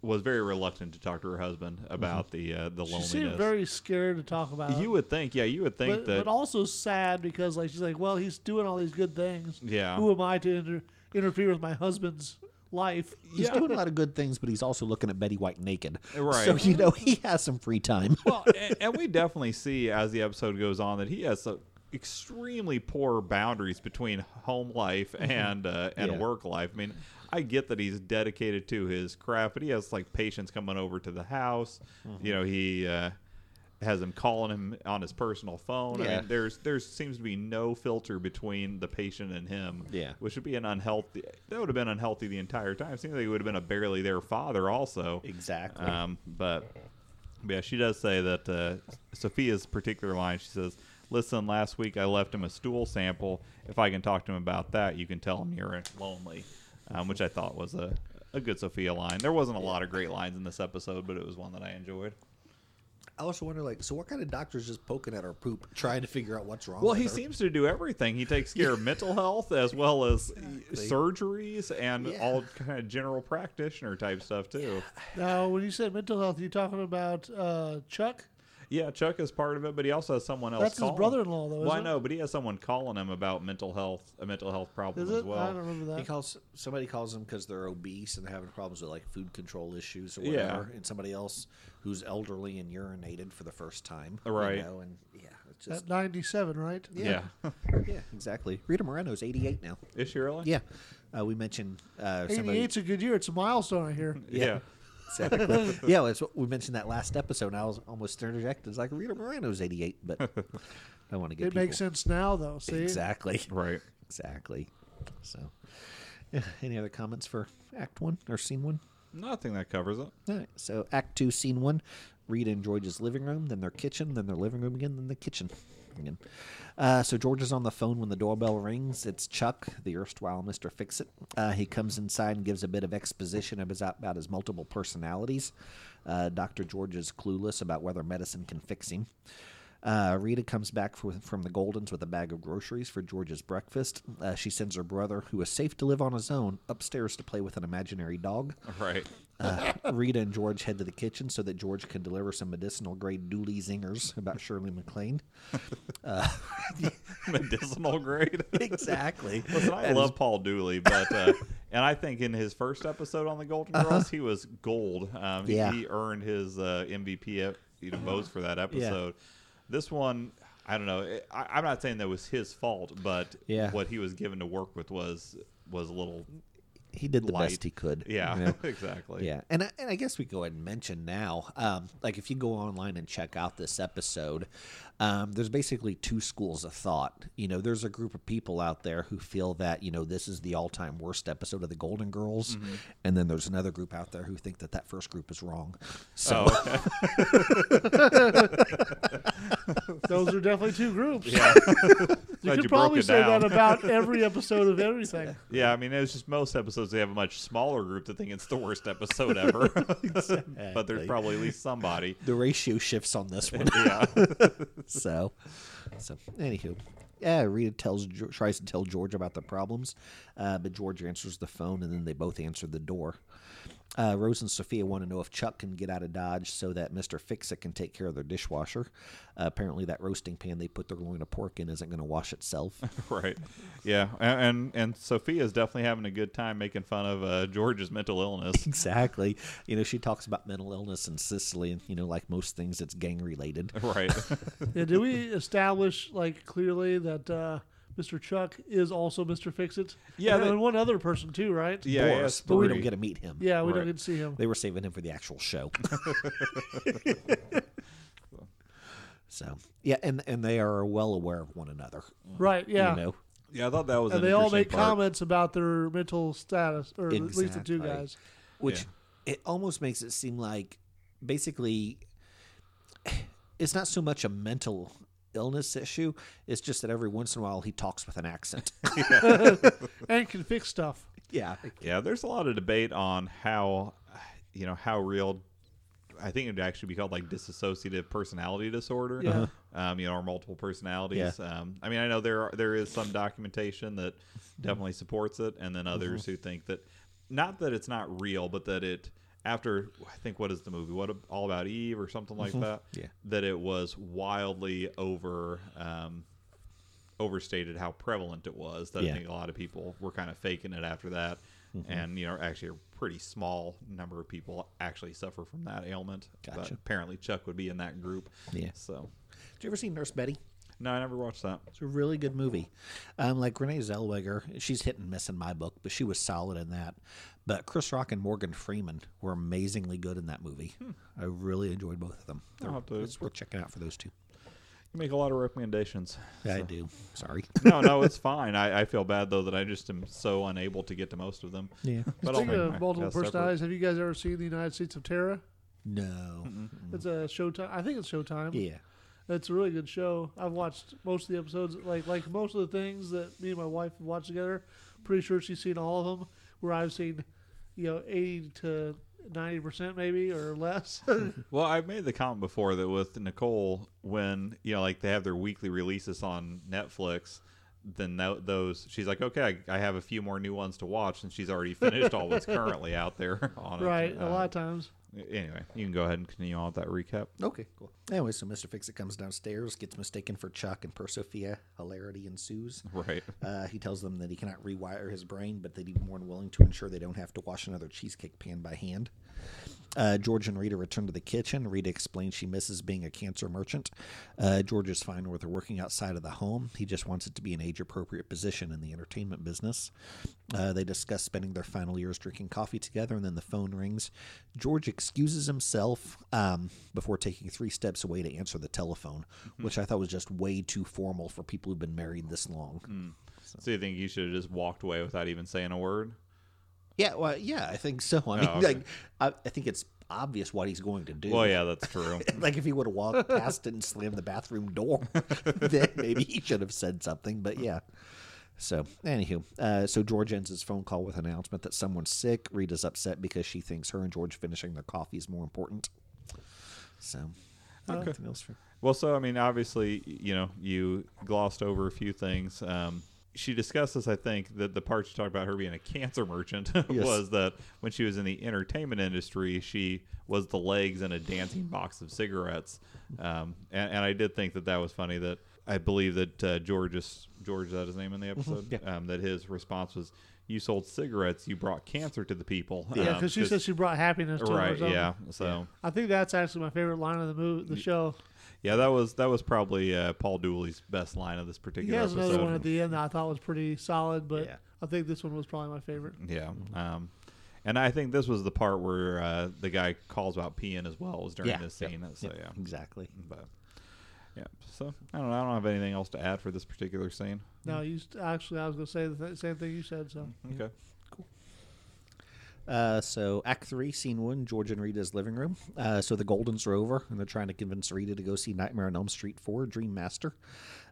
was very reluctant to talk to her husband about the uh, the Mm-hmm. She loneliness. seemed very scared to talk about. it. you would think, yeah, you would think but, that but also sad because like she's like, well, he's doing all these good things. Yeah. Who am I to inter- interfere with my husband's life? He's Yeah. doing a lot of good things, but he's also looking at Betty White naked. Right. So you know he has some free time. well, and, and we definitely see as the episode goes on that he has some extremely poor boundaries between home life Mm-hmm. and uh, and Yeah. work life. I mean, I get that he's Mm-hmm. dedicated to his craft, but he has like patients coming over to the house. You know, he. Uh, has him calling him on his personal phone. I Yeah. mean, there's there seems to be no filter between the patient and him. Yeah. which would be an unhealthy. That would have been unhealthy the entire time. Seems like he would have been a barely there father also. Exactly. Um, but but yeah, she does say that uh, Sophia's particular line. She says, "Listen, last week I left him a stool sample. If I can talk to him about that, you can tell him you're lonely," um, which I thought was a a good Sophia line. There wasn't a lot of great lines in this episode, but it was one that I enjoyed. [laughs] I also wonder, like, so what kind of doctor's just poking at her poop, trying to figure out what's wrong? Well, with he her? seems to do everything. He takes care of mental health as well as surgeries and Yeah. all kind of general practitioner type stuff too. Now, when you said mental health, you talking about uh, Chuck? Yeah, Chuck is part of it, but he also has someone else. That's his calling. brother-in-law, though, Well, I isn't it? know, but he has someone calling him about mental health, a mental health problem Is as it? I well. don't remember He that. calls somebody calls them because they're obese and they're having problems with like food control issues or Yeah. whatever, and somebody else who's elderly and urinated for the first time, Right. You know, and yeah, it's just At 97, right? Yeah, yeah, exactly. Rita Moreno's eighty eight now. [laughs] is she really? Yeah, uh, we mentioned uh, somebody. 88's a good year. It's a milestone, I hear. yeah. [laughs] Exactly. yeah, that's what we mentioned that last episode. And I was almost interjected. It's like Rita Moreno's eighty eight, [laughs] but I don't want to get It makes people- sense now, though. See? Exactly. Right. Exactly. So, [laughs] yeah, any other comments for Act One or Scene One? Nothing that covers it. All right. So Act Two, Scene One. Rita and George is living room, then their kitchen, then their living room again, then the kitchen again. Uh, so George is on the phone when the doorbell rings. It's Chuck, the erstwhile Mister Fix It. Uh, he comes inside and gives a bit of exposition of his, about his multiple personalities. Uh, Doctor George is clueless about whether medicine can fix him. Uh, Rita comes back for, from the Goldens with a bag of groceries for George's breakfast. Uh, she sends her brother, who is safe to live on his own, upstairs to play with an imaginary dog. Right. [laughs] Uh, Rita and George head to the kitchen so that George can deliver some medicinal grade dooley zingers about Shirley MacLaine. Medicinal [laughs] grade. [laughs] exactly. Listen, I love Paul Dooley, but uh, [laughs] and I think in his first episode on the Golden Girls, he was gold. Um, he- Uh-huh. Yeah. he, earned his uh, MVP uh, you know, votes for that episode. This one, I don't know. It- I, I'm not saying that was his fault, but Yeah. what he was given to work with was was a little. he did the light. best he could. Yeah, you know? [laughs] exactly. [laughs] Yeah, and I, and I guess we go ahead and mention now, um, like if you go online and check out this episode, um, there's basically two schools of thought. You know, there's a group of people out there who feel that you know this is the all-time worst episode of the Golden Girls, and then there's another group out there who think that that first group is wrong. So Oh, okay. Those are definitely two [laughs] groups. yeah. You Glad broke could probably it say down. [laughs] that about every episode of everything. Yeah, I mean, it's just most episodes they have a much smaller group that think it's the worst episode [laughs] ever. [laughs] but there's probably at least somebody. the ratio shifts on this one. Yeah. [laughs] so, so anywho, yeah, Rita tells Ge- tries to tell George about the problems, uh, but George answers the phone, and then they both answer the door. Uh, Rose and Sophia want to know if Chuck can get out of Dodge so that Mister Fixit can take care of their dishwasher. Uh, apparently, that roasting pan they put their loin of pork in isn't going to [laughs] wash itself. Right. Yeah, a- and and Sophia's definitely having a good time making fun of uh, George's mental illness. [laughs] exactly. You know, she talks about mental illness in Sicily, and you know, like most things, it's gang related. Right. Yeah, did we establish like clearly that uh, Mr. Chuck is also Mr. Fixit? Yeah, and, that- and one other person too, right? Yeah, yeah, Boris, it's but we three. don't get to meet him. yeah. We Right. don't get to see him. They were saving him for the actual show. so yeah, and and they are well aware of one another. Right? Yeah. You know, Yeah, I thought that was. and an they all interesting make part. comments about their mental status, or at least the two Exactly. guys. which it almost makes it seem like basically it's not so much a mental illness issue. It's just that every once in a while he talks with an accent. [laughs] and can fix stuff. yeah, Yeah, there's a lot of debate on how, you know, how real. I think it'd actually be called like dissociative personality disorder. Yeah. Uh-huh. Um, you know, or multiple personalities. Um, I mean, I know there are, there is some documentation that Mm-hmm. definitely supports it, and then others who think that not that it's not real, but that it after I think what is the movie? What Ab- all about Eve or something Mm-hmm. like that? Yeah. that it was wildly over. Um, overstated how prevalent it was. That Yeah. Mm-hmm. I think a lot of people were kind of faking it after that, and you know, actually a pretty small number of people actually suffer from that ailment. Gotcha. But apparently, Chuck would be in that group. Yeah. So Did you ever see Nurse Betty? No, I never watched that. It's a really good movie. Um, like Renee Zellweger, she's hit and miss in my book, but she was solid in that. But Chris Rock and Morgan Freeman were amazingly good in that movie. I really enjoyed both of them. Hmm. I'll have to- It's worth checking out for those two. You make a lot of recommendations. [laughs] I do. Sorry. no, no, it's fine. I, I feel bad though that I just am so unable to get to most of them. Yeah. But I'll Speaking make of my- multiple yeah, separate. personalities, have you guys ever seen the United States of Terror? No. It's a Showtime. I think it's Showtime. Yeah. It's a really good show. I've watched most of the episodes, like like most of the things that me and my wife have watched together. Pretty sure she's seen all of them. Where I've seen, you know, eighty to ninety percent maybe or less. Well, I've made the comment before that with Nicole, when you know, like they have their weekly releases on Netflix, then tho- those she's like, okay, I, I have a few more new ones to watch, and she's already finished all what's currently out there [laughs] on it. [laughs] right, a Uh, lot of times. Anyway, you can go ahead and continue on with that recap. Okay, cool. Anyway, so Mr. Fixit comes downstairs, gets mistaken for Chuck and per Sophia. Hilarity ensues. Right. Uh, he tells them that he cannot rewire his brain, but that he's more than willing to ensure they don't have to wash another cheesecake pan by hand. Uh, George and Rita return to the kitchen. Rita explains she misses being a cancer merchant. Uh, George is fine with her working outside of the home. He just wants it to be an age appropriate position in the entertainment business. Uh, they discuss spending their final years drinking coffee together, and then the phone rings. George excuses himself um, before taking three steps away to answer the telephone, which I thought was just way too formal for people who've been married this long. [laughs] So you think you should have just walked away without even saying a word? Yeah, well, yeah, I think so. I mean, Oh, okay. like, I, I think it's obvious what he's going to do. Well, yeah, that's [laughs] true. Like if he would [laughs] have walked past it and slammed the bathroom door, [laughs] then maybe he should have said something. But yeah. So, anywho, uh, so George ends his phone call with an announcement that someone's sick. Rita's upset because she thinks her and George finishing their coffee is more important. So, nothing else for. Well, so I mean, obviously, you know, you glossed over a few things. Um, she discusses, I think, that the part she talked about her being a cancer merchant [laughs] was that when she was in the entertainment industry, she was the legs in a dancing box of cigarettes. Um, and, and I did think that that was funny. That I believe that uh, George is George is that his name in Mm-hmm. the episode. um, that his response was, "You sold cigarettes. You brought cancer to the people." Yeah, Um, because she said she brought happiness to him. Or right. something. Yeah. So. I think that's actually my favorite line of the movie, the show. Yeah, that was that was probably uh, Paul Dooley's best line of this He particular has episode. another one at the end that I thought was pretty solid, but Yeah. I think this one was probably my favorite. yeah, um, and I think this was the part where uh, the guy calls about peeing as well was during Yeah, this yeah, scene. So yeah, Exactly. but yeah, so I don't know. I don't have anything else to add for this particular scene. No, you st- actually I was going to say the th- same thing you said. So [laughs] Okay, Uh, so Act Three, Scene One, George and Rita's living room. Uh, so the Goldens are over, and they're trying to convince Rita to go see Nightmare on Elm Street Four: Dream Master.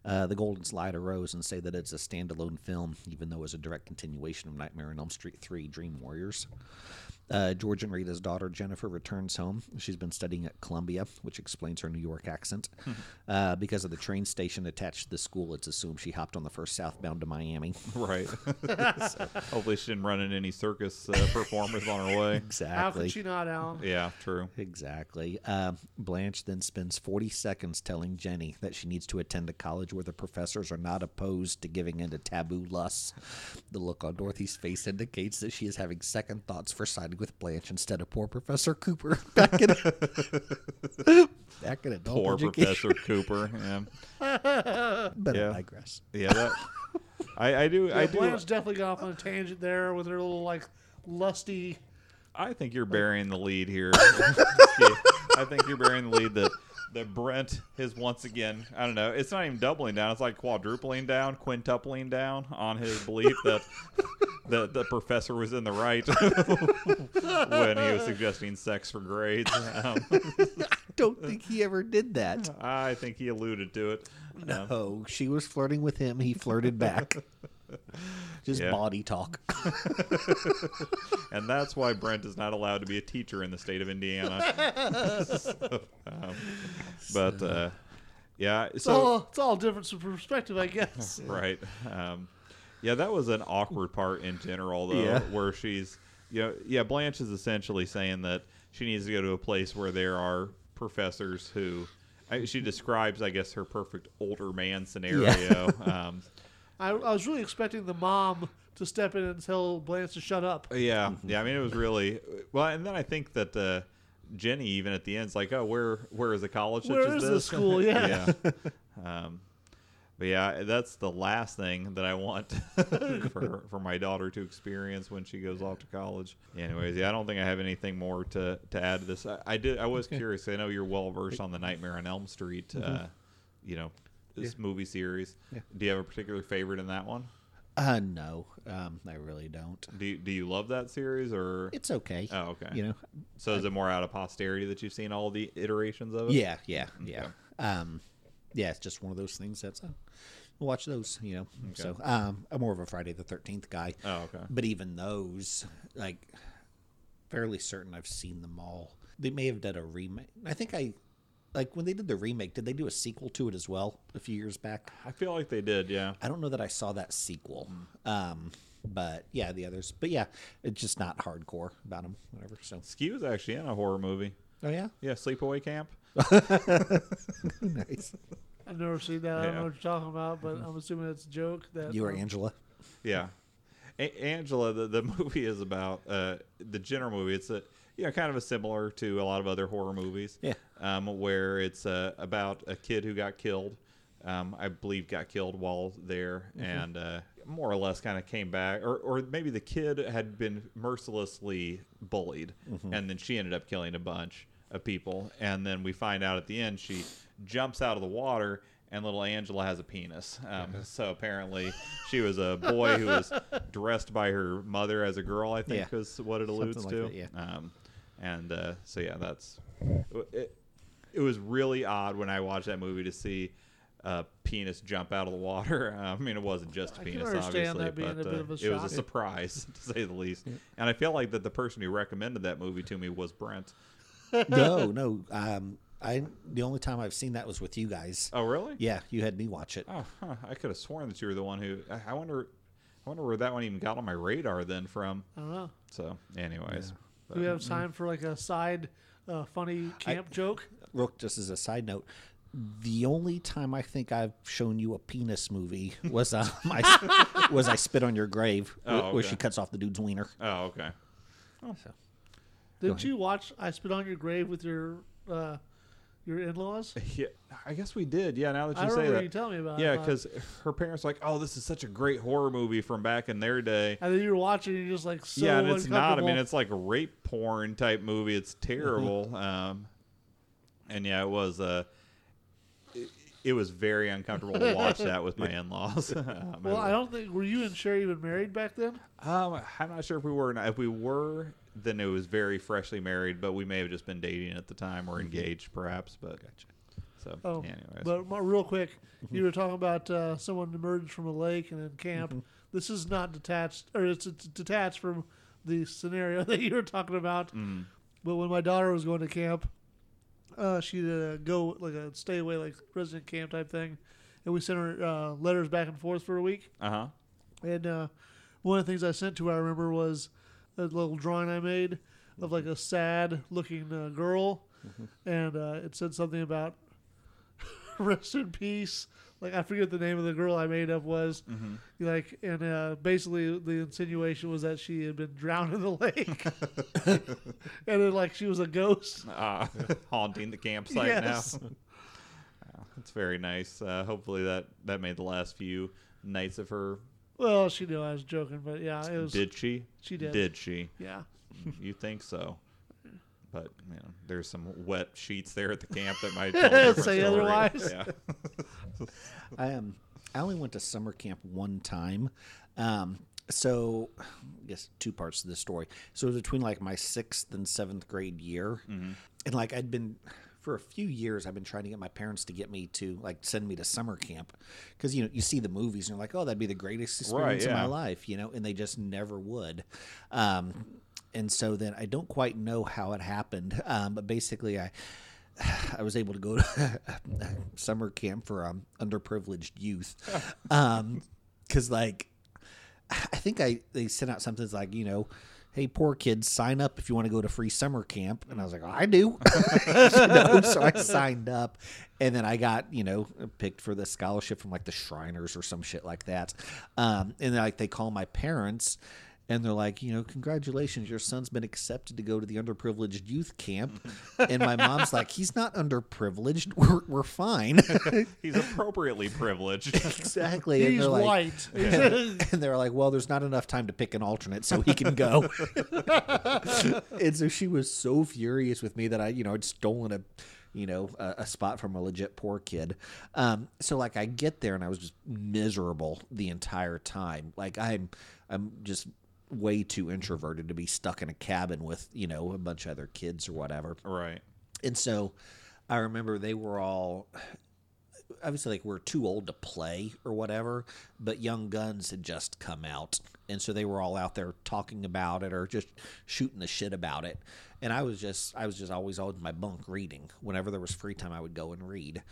Uh, the Goldens lie to Rose and say that it's a standalone film, even though it's a direct continuation of Nightmare on Elm Street Three: Dream Warriors. Uh, George and Rita's daughter Jennifer returns home. She's been studying at Columbia, which explains her New York accent. Hmm. Uh, because of the train station attached to the school, it's assumed she hopped on the first southbound to Miami. [laughs] [laughs] right. [laughs] Hopefully, she didn't run into any circus uh, performers on her way. Exactly. how could she not, Alan? Yeah, true. Exactly. Um, Blanche then spends 40 seconds telling Jenny that she needs to attend a college where the professors are not opposed to giving in to taboo lusts. The look on Dorothy's face indicates that she is having second thoughts for siding with Blanche instead of poor Professor Cooper [laughs] back in, back in adult Poor education. Professor Cooper. Yeah, But Yeah. I digress. yeah. [laughs] That, I, I do. I Yeah, do. Blanche definitely got off on a tangent there with her little like lusty. I think you're burying the lead here. I think you're burying the lead that that Brent is once again. I don't know. It's not even doubling down. It's like quadrupling down, quintupling down on his belief that that the professor was in the right [laughs] when he was suggesting sex for grades. Um, I don't think he ever [laughs] did that. I think he alluded to it. Um, Oh, she was flirting with him. He [laughs] flirted back. Just Yeah. body talk. [laughs] and that's why Brent is not allowed to be a teacher in the state of Indiana. So, um, but uh, yeah, It's so all it's all different perspective, I guess. [laughs] right. Um, yeah, that was an awkward part in general, though, Yeah. where she's, you know, yeah, Blanche is essentially saying that she needs to go to a place where there are professors who, I, she describes, I guess, her perfect older man scenario. um, I, I was really expecting the mom to step in and tell Blanche to shut up. yeah, yeah. I mean, it was really well, and then I think that uh, Jenny, [laughs] even at the end, is like, "Oh, where, where is the college? such Where as is this school? Yeah. yeah. Um, But yeah, that's the last thing that I want [laughs] for, for my daughter to experience when she goes off to college. Anyways, yeah, I don't think I have anything more to, to add to this. I, I did. I was curious. I know you're well versed on the Nightmare on Elm Street, uh, you know, this movie series. Do you have a particular favorite in that one? Uh, no, um, I really don't. Do you, Do you love that series or? It's okay. Oh, okay. You know, so is it more out of posterity that you've seen all the iterations of it? yeah, yeah, Mm, yeah. Um, yeah, it's just one of those things that's, uh, we'll watch those, you know. So, um, I'm more of a Friday the 13th guy. Oh, okay. But even those, like, fairly certain I've seen them all. They may have done a remake. I think I, like, when they did the remake, did they do a sequel to it as well a few years back? I feel like they did. Yeah. I don't know that I saw that sequel. Mm. Um, but yeah, the others. But yeah, it's just not hardcore about them, whatever. So, Ski was actually in a horror movie. [laughs] oh yeah, Yeah, Sleepaway Camp. nice. I've never seen that. I don't Yeah. Mm-hmm. know what you're talking about, but I'm assuming it's a joke. That You are um, Angela. Yeah, a- Angela. The, [laughs] the movie is about uh, the general movie. It's a you know kind of a similar to a lot of other horror movies. Yeah. um, where it's uh, about a kid who got killed. Um, I believe got killed while there, Mm-hmm. and uh, more or less kind of came back, or or maybe the kid had been mercilessly bullied, Mm-hmm. and then she ended up killing a bunch of people, and then we find out at the end she jumps out of the water. And little Angela has a penis. Um, so apparently, she was a boy who was dressed by her mother as a girl. I think Yeah. is what it alludes like to. that, yeah. Um, and uh, so yeah, that's it. It was really odd when I watched that movie to see a penis jump out of the water. [laughs] I mean, it wasn't just a I can penis, understand obviously, that being but a bit uh, of a it was a shock. surprise [laughs] to say the least. And I feel like that the person who recommended that movie to me was Brent. [laughs] no, no. Um, I the only time I've seen that was with you guys. Oh, really? Yeah, you had me watch it. Oh, huh. I could have sworn that you were the one who. I, I wonder. I wonder where that one even got on my radar then from. I don't know. So, anyways. Do we have Mm-hmm. time for like a side uh, funny camp joke? Rook, just as a side note, the only time I think I've shown you a penis movie was uh, [laughs] [laughs] my was I spit on your grave, wh- Oh, where okay. she cuts off the dude's wiener. Oh, okay. Didn't you watch I Spit on Your Grave with your uh, your in [laughs] laws? Yeah, I guess we did. Yeah, now that I you say remember that. you telling me about it, Yeah, but- because her parents were like, oh, this is such a great horror movie from back in their day. And then you're watching, and you're just like, so yeah, and it's not. I mean, uncomfortable. Mm-hmm. it's like a rape porn type movie. It's terrible. um, and yeah, it was. Uh, it, it was very uncomfortable to watch that with [laughs] my in-laws. [laughs] Um, Well, I don't think were you and Sherry even married back then? um, I'm not sure if we were. Or not. If we were, then it was very freshly married, but we may have just been dating at the time or engaged, perhaps. But so, Mm-hmm. Oh, anyways, Mm-hmm. but mo- real quick, you were talking about uh, someone emerged from a lake and in camp. Mm-hmm. This is not detached, or it's it's detached from the scenario [laughs] that you were talking about. Mm-hmm. But when my daughter was going to camp, uh, she did a go like a stay away like resident camp type thing, and we sent her uh, letters back and forth for a week. uh huh. And uh, one of the things I sent to her, I remember, was a little drawing I made of like a sad looking uh, girl. And uh, it said something about [laughs] rest in peace. Like, I forget the name of the girl I made up was. Like, and uh, basically the insinuation was that she had been drowned in the lake. and then, like, she was a ghost. uh, [laughs] haunting the campsite Yes. now. [laughs] Wow, That's very nice. Uh, hopefully that that made the last few nights of her. Well, she knew I was joking, but yeah, it was. Did she? she did. Did she? [laughs] Yeah. You think so? But you know, there's some wet sheets there at the camp that might [laughs] tell a different Say story. otherwise. Yeah. I um, I only went to summer camp one time. Um, so I guess two parts of the story. So it was between like my sixth and seventh grade year, and like I'd been for a few years, I've been trying to get my parents to get me to like send me to summer camp because you know you see the movies and you're like, oh, that'd be the greatest experience of yeah. my life, you know, and they just never would. Um, and so then I don't quite know how it happened, um, but basically I. I was able to go [laughs] to summer camp for um, underprivileged youth, because like I think I they sent out something that's like you know, hey poor kids sign up if you want to go to free summer camp, and I was like oh, I do, [laughs] You know, so I signed up, and then I got you know picked for the scholarship from like the Shriners or some shit like that, um, and then like they call my parents. and they're like, you know, congratulations, your son's been accepted to go to the underprivileged youth camp. and my mom's like, he's not underprivileged. We're, we're fine. [laughs] He's appropriately privileged. [laughs] exactly. and He's they're like, white. [laughs] [laughs] and they're like, well, there's not enough time to pick an alternate, so he can go. [laughs] and so she was so furious with me that I, you know, I'd stolen a, you know, a, a spot from a legit poor kid. Um, so like I get there and I was just miserable the entire time. Like I'm, I'm just way too introverted to be stuck in a cabin with you know a bunch of other kids or whatever. right. And so I remember they were all obviously like we're too old to play or whatever, but Young Guns had just come out. And so they were all out there talking about it or just shooting the shit about it. And I was just I was just always on my bunk reading. Whenever there was free time I would go and read.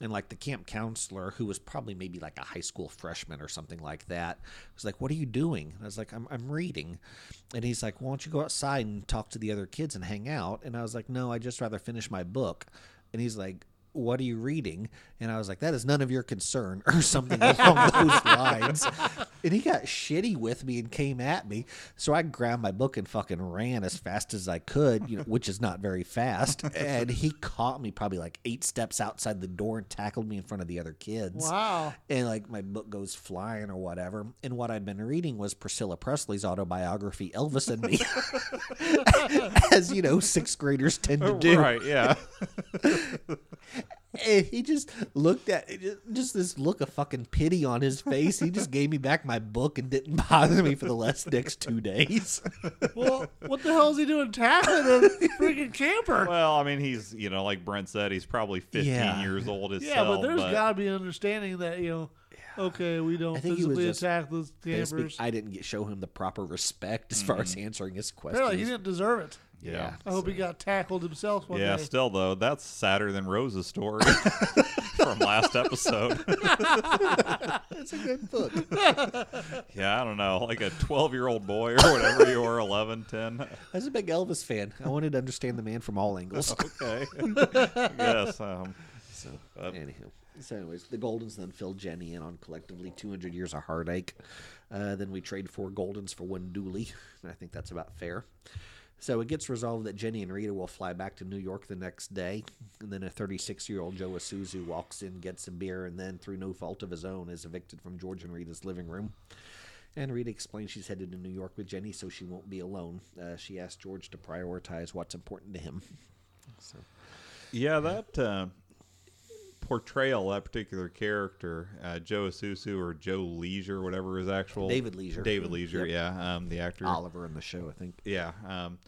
And like the camp counselor, who was probably maybe like a high school freshman or something like that, was like, What are you doing? And I was like, I'm, I'm reading. And he's like, Why don't you go outside and talk to the other kids and hang out? And I was like, No, I'd just rather finish my book. And he's like, What are you reading? And I was like, That is none of your concern, or something along those lines. And he got shitty with me and came at me. So I grabbed my book and fucking ran as fast as I could, you know, which is not very fast. And he caught me probably like eight steps outside the door and tackled me in front of the other kids Wow. and like my book goes flying or whatever. And what I'd been reading was Priscilla Presley's autobiography, Elvis and Me, [laughs] as you know, sixth graders tend Oh, to do. Right, yeah. And he just looked at just this look of fucking pity on his face. He just gave me back my book and didn't [laughs] bother me for the last next two [laughs] days. Well, what the hell is he doing tackling a [laughs] freaking camper? Well, I mean, he's, you know, like Brent said, he's probably 15 Yeah. years old himself. Yeah, but there's got to be an understanding that you know. Okay, we don't I think he was physically just attack those Basically, campers. I didn't get, show him the proper respect as far as answering his questions. Mm-hmm. Apparently, he didn't deserve it. Yeah. I hope he got tackled himself one Yeah, day. still though, that's sadder than Rose's story from last episode. [laughs] That's a good book. yeah, I don't know, like a 12-year-old boy or whatever you were, 11, 10. I was a big Elvis fan. I wanted to understand the man from all [laughs] angles. [laughs] Okay. [laughs] yes, um So, Uh, anywho. So, anyways, the Goldens then fill Jenny in on collectively 200 years of heartache. Uh, then we trade four Goldens for one Dooley, and [laughs] I think that's about fair. So it gets resolved that Jenny and Rita will fly back to New York the next day, and then a 36-year-old Joe Asuzu walks in, gets a beer, and then, through no fault of his own, is evicted from George and Rita's living room. And Rita explains she's headed to New York with Jenny, so she won't be alone. Uh, she asks George to prioritize what's important to him. So. Yeah, that uh, portrayal, that particular character, uh, Joe Asusu or Joe Leisure, whatever his actual David Leisure. David Leisure, yeah, um, the actor. Oliver in the show, I think. Yeah, um,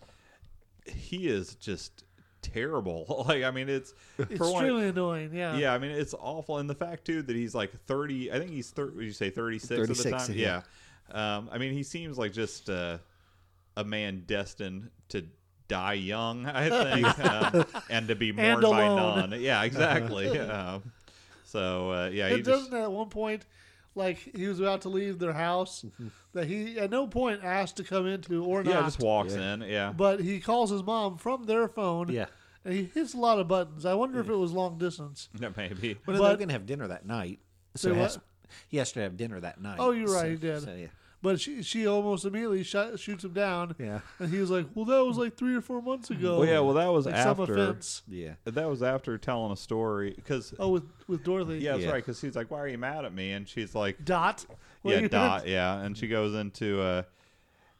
he is just terrible. [laughs] Like, I mean, it's for one, Extremely annoying. Yeah. yeah, I mean, it's awful. And the fact too that he's like thirty. I think he's thirty. Would you say thirty six at the 36, time? yeah. Yeah. Um, I mean, he seems like just uh, a man destined to die young. I [laughs] think, um, and to be mourned And by alone. none. [laughs] Yeah, exactly. um, so uh, yeah, he It doesn't just at one point, like he was about to leave their house, that he at no point asked to come into or yeah not. just walks in. Yeah. But he calls his mom from their phone. Yeah. And he hits a lot of buttons. I wonder if it was long distance. [laughs] Yeah, maybe. But, But- they're going to have dinner that night. So Say he what? has, he has to have dinner that night. Oh, you're right, So- he did. so, yeah. But she she almost immediately shot, shoots him down. Yeah. And he was like, "Well, that was like three or four months ago." Well, yeah. Well, that was like some after. offense. Yeah. That was after telling a story because. Oh, with with Dorothy. Yeah, that's Yeah. right. Because he's like, "Why are you mad at me?" And she's like, Dot. What yeah, you- dot. Yeah, and she goes into, uh,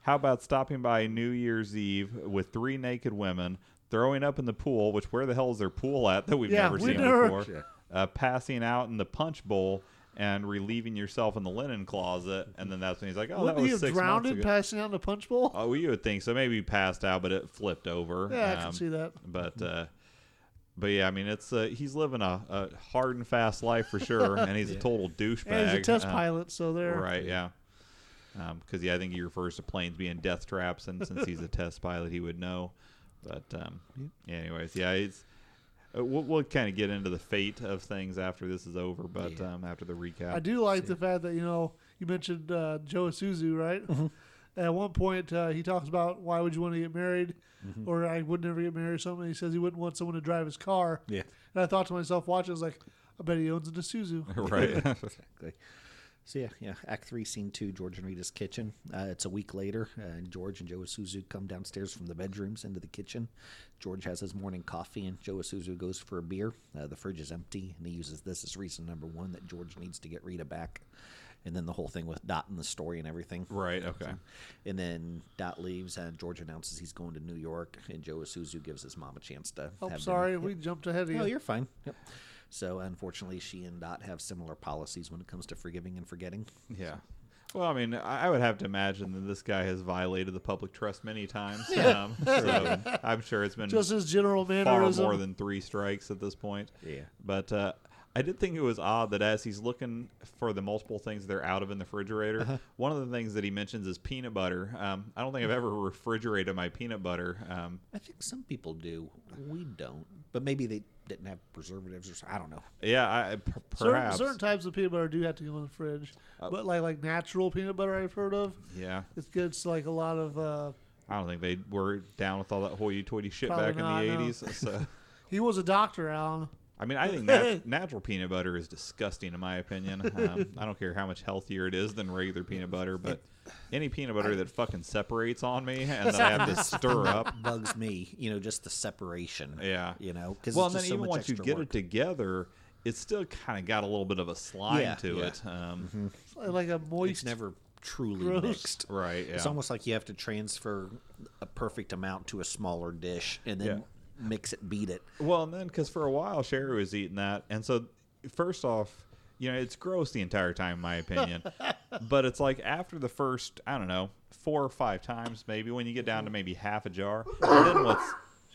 how about stopping by New Year's Eve with three naked women, throwing up in the pool, which where the hell is their pool at that we've Yeah, never we seen never- before? Uh, passing out in the punch bowl and relieving yourself in the linen closet, and then that's when he's like, "Oh, Wouldn't that he was have six drowned months him ago." passing out in the punch bowl? oh, well, you would think so. Maybe he passed out, but it flipped over. yeah, I Um, can see that. But. Uh, but yeah, I mean, it's uh, he's living a, a hard and fast life for sure, and he's a total douchebag. And he's a test Uh, pilot, so there. Right, yeah. Because yeah, I think he refers to planes being death traps, and since [laughs] he's a test pilot, he would know. But um, anyways, yeah, it's uh, we'll, we'll kind of get into the fate of things after this is over. But um, after the recap, I do like the fact that you know you mentioned uh, Joe Isuzu, right? At one point, uh, he talks about why would you want to get married, or I would never get married. Or something. He says he wouldn't want someone to drive his car. Yeah. [laughs] And I thought to myself, watching, I was like, I bet he owns an Isuzu. [laughs] right? Exactly. So yeah, yeah. Act three, scene two. George and Rita's kitchen. Uh, it's a week later, uh, and George and Joe Isuzu come downstairs from the bedrooms into the kitchen. George has his morning coffee, and Joe Isuzu goes for a beer. Uh, the fridge is empty, and he uses this as reason number one that George needs to get Rita back. And then the whole thing with Dot and the story and everything. Right. Okay. And then Dot leaves, and George announces he's going to New York, and Joe Isuzu gives his mom a chance to. Oh, have dinner. sorry, we jumped ahead of No, you. you're fine. Yep. So unfortunately, she and Dot have similar policies when it comes to forgiving and forgetting. Yeah. Well, I mean, I I would have to imagine that this guy has violated the public trust many [laughs] times. Um, so I'm sure it's been Just his general far mannerism. more than three strikes at this point. Yeah. But uh, I did think it was odd that as he's looking for the multiple things they're out of in the refrigerator, Uh-huh. one of the things that he mentions is peanut butter. Um, I don't think I've ever refrigerated my peanut butter. Um, I think some people do. We don't. But maybe they didn't have preservatives or something. I don't know. yeah, I, I- p- certain, perhaps. certain types of peanut butter do have to go in the fridge, but like like natural peanut butter I've heard of, Yeah, it gets like a lot of. Uh, I don't think they were down with all that hoity-toity shit Probably back not, in the no. '80s. [laughs] So. he was a doctor, Alan. I mean, I think nat- natural peanut butter is disgusting, in my opinion. Um, I don't care how much healthier it is than regular peanut butter, but any peanut butter that fucking separates on me and then I have to [laughs] stir up. Bugs me, you know, just the separation. Yeah. You know, because well, it's and then just so even much once you extra get work. it together, it's still kind of got a little bit of a slime Yeah, to yeah. Mm-hmm. it. Um, It's Like a moist. it's never truly Gross. mixed. Right. Yeah. It's almost like you have to transfer a perfect amount to a smaller dish and then mix it, beat it. Well, and then because for a while Sherry was eating that, and so first off, you know it's gross the entire time, in my opinion. but it's like after the first, I don't know, four or five times, maybe when you get down to maybe half a jar, then what's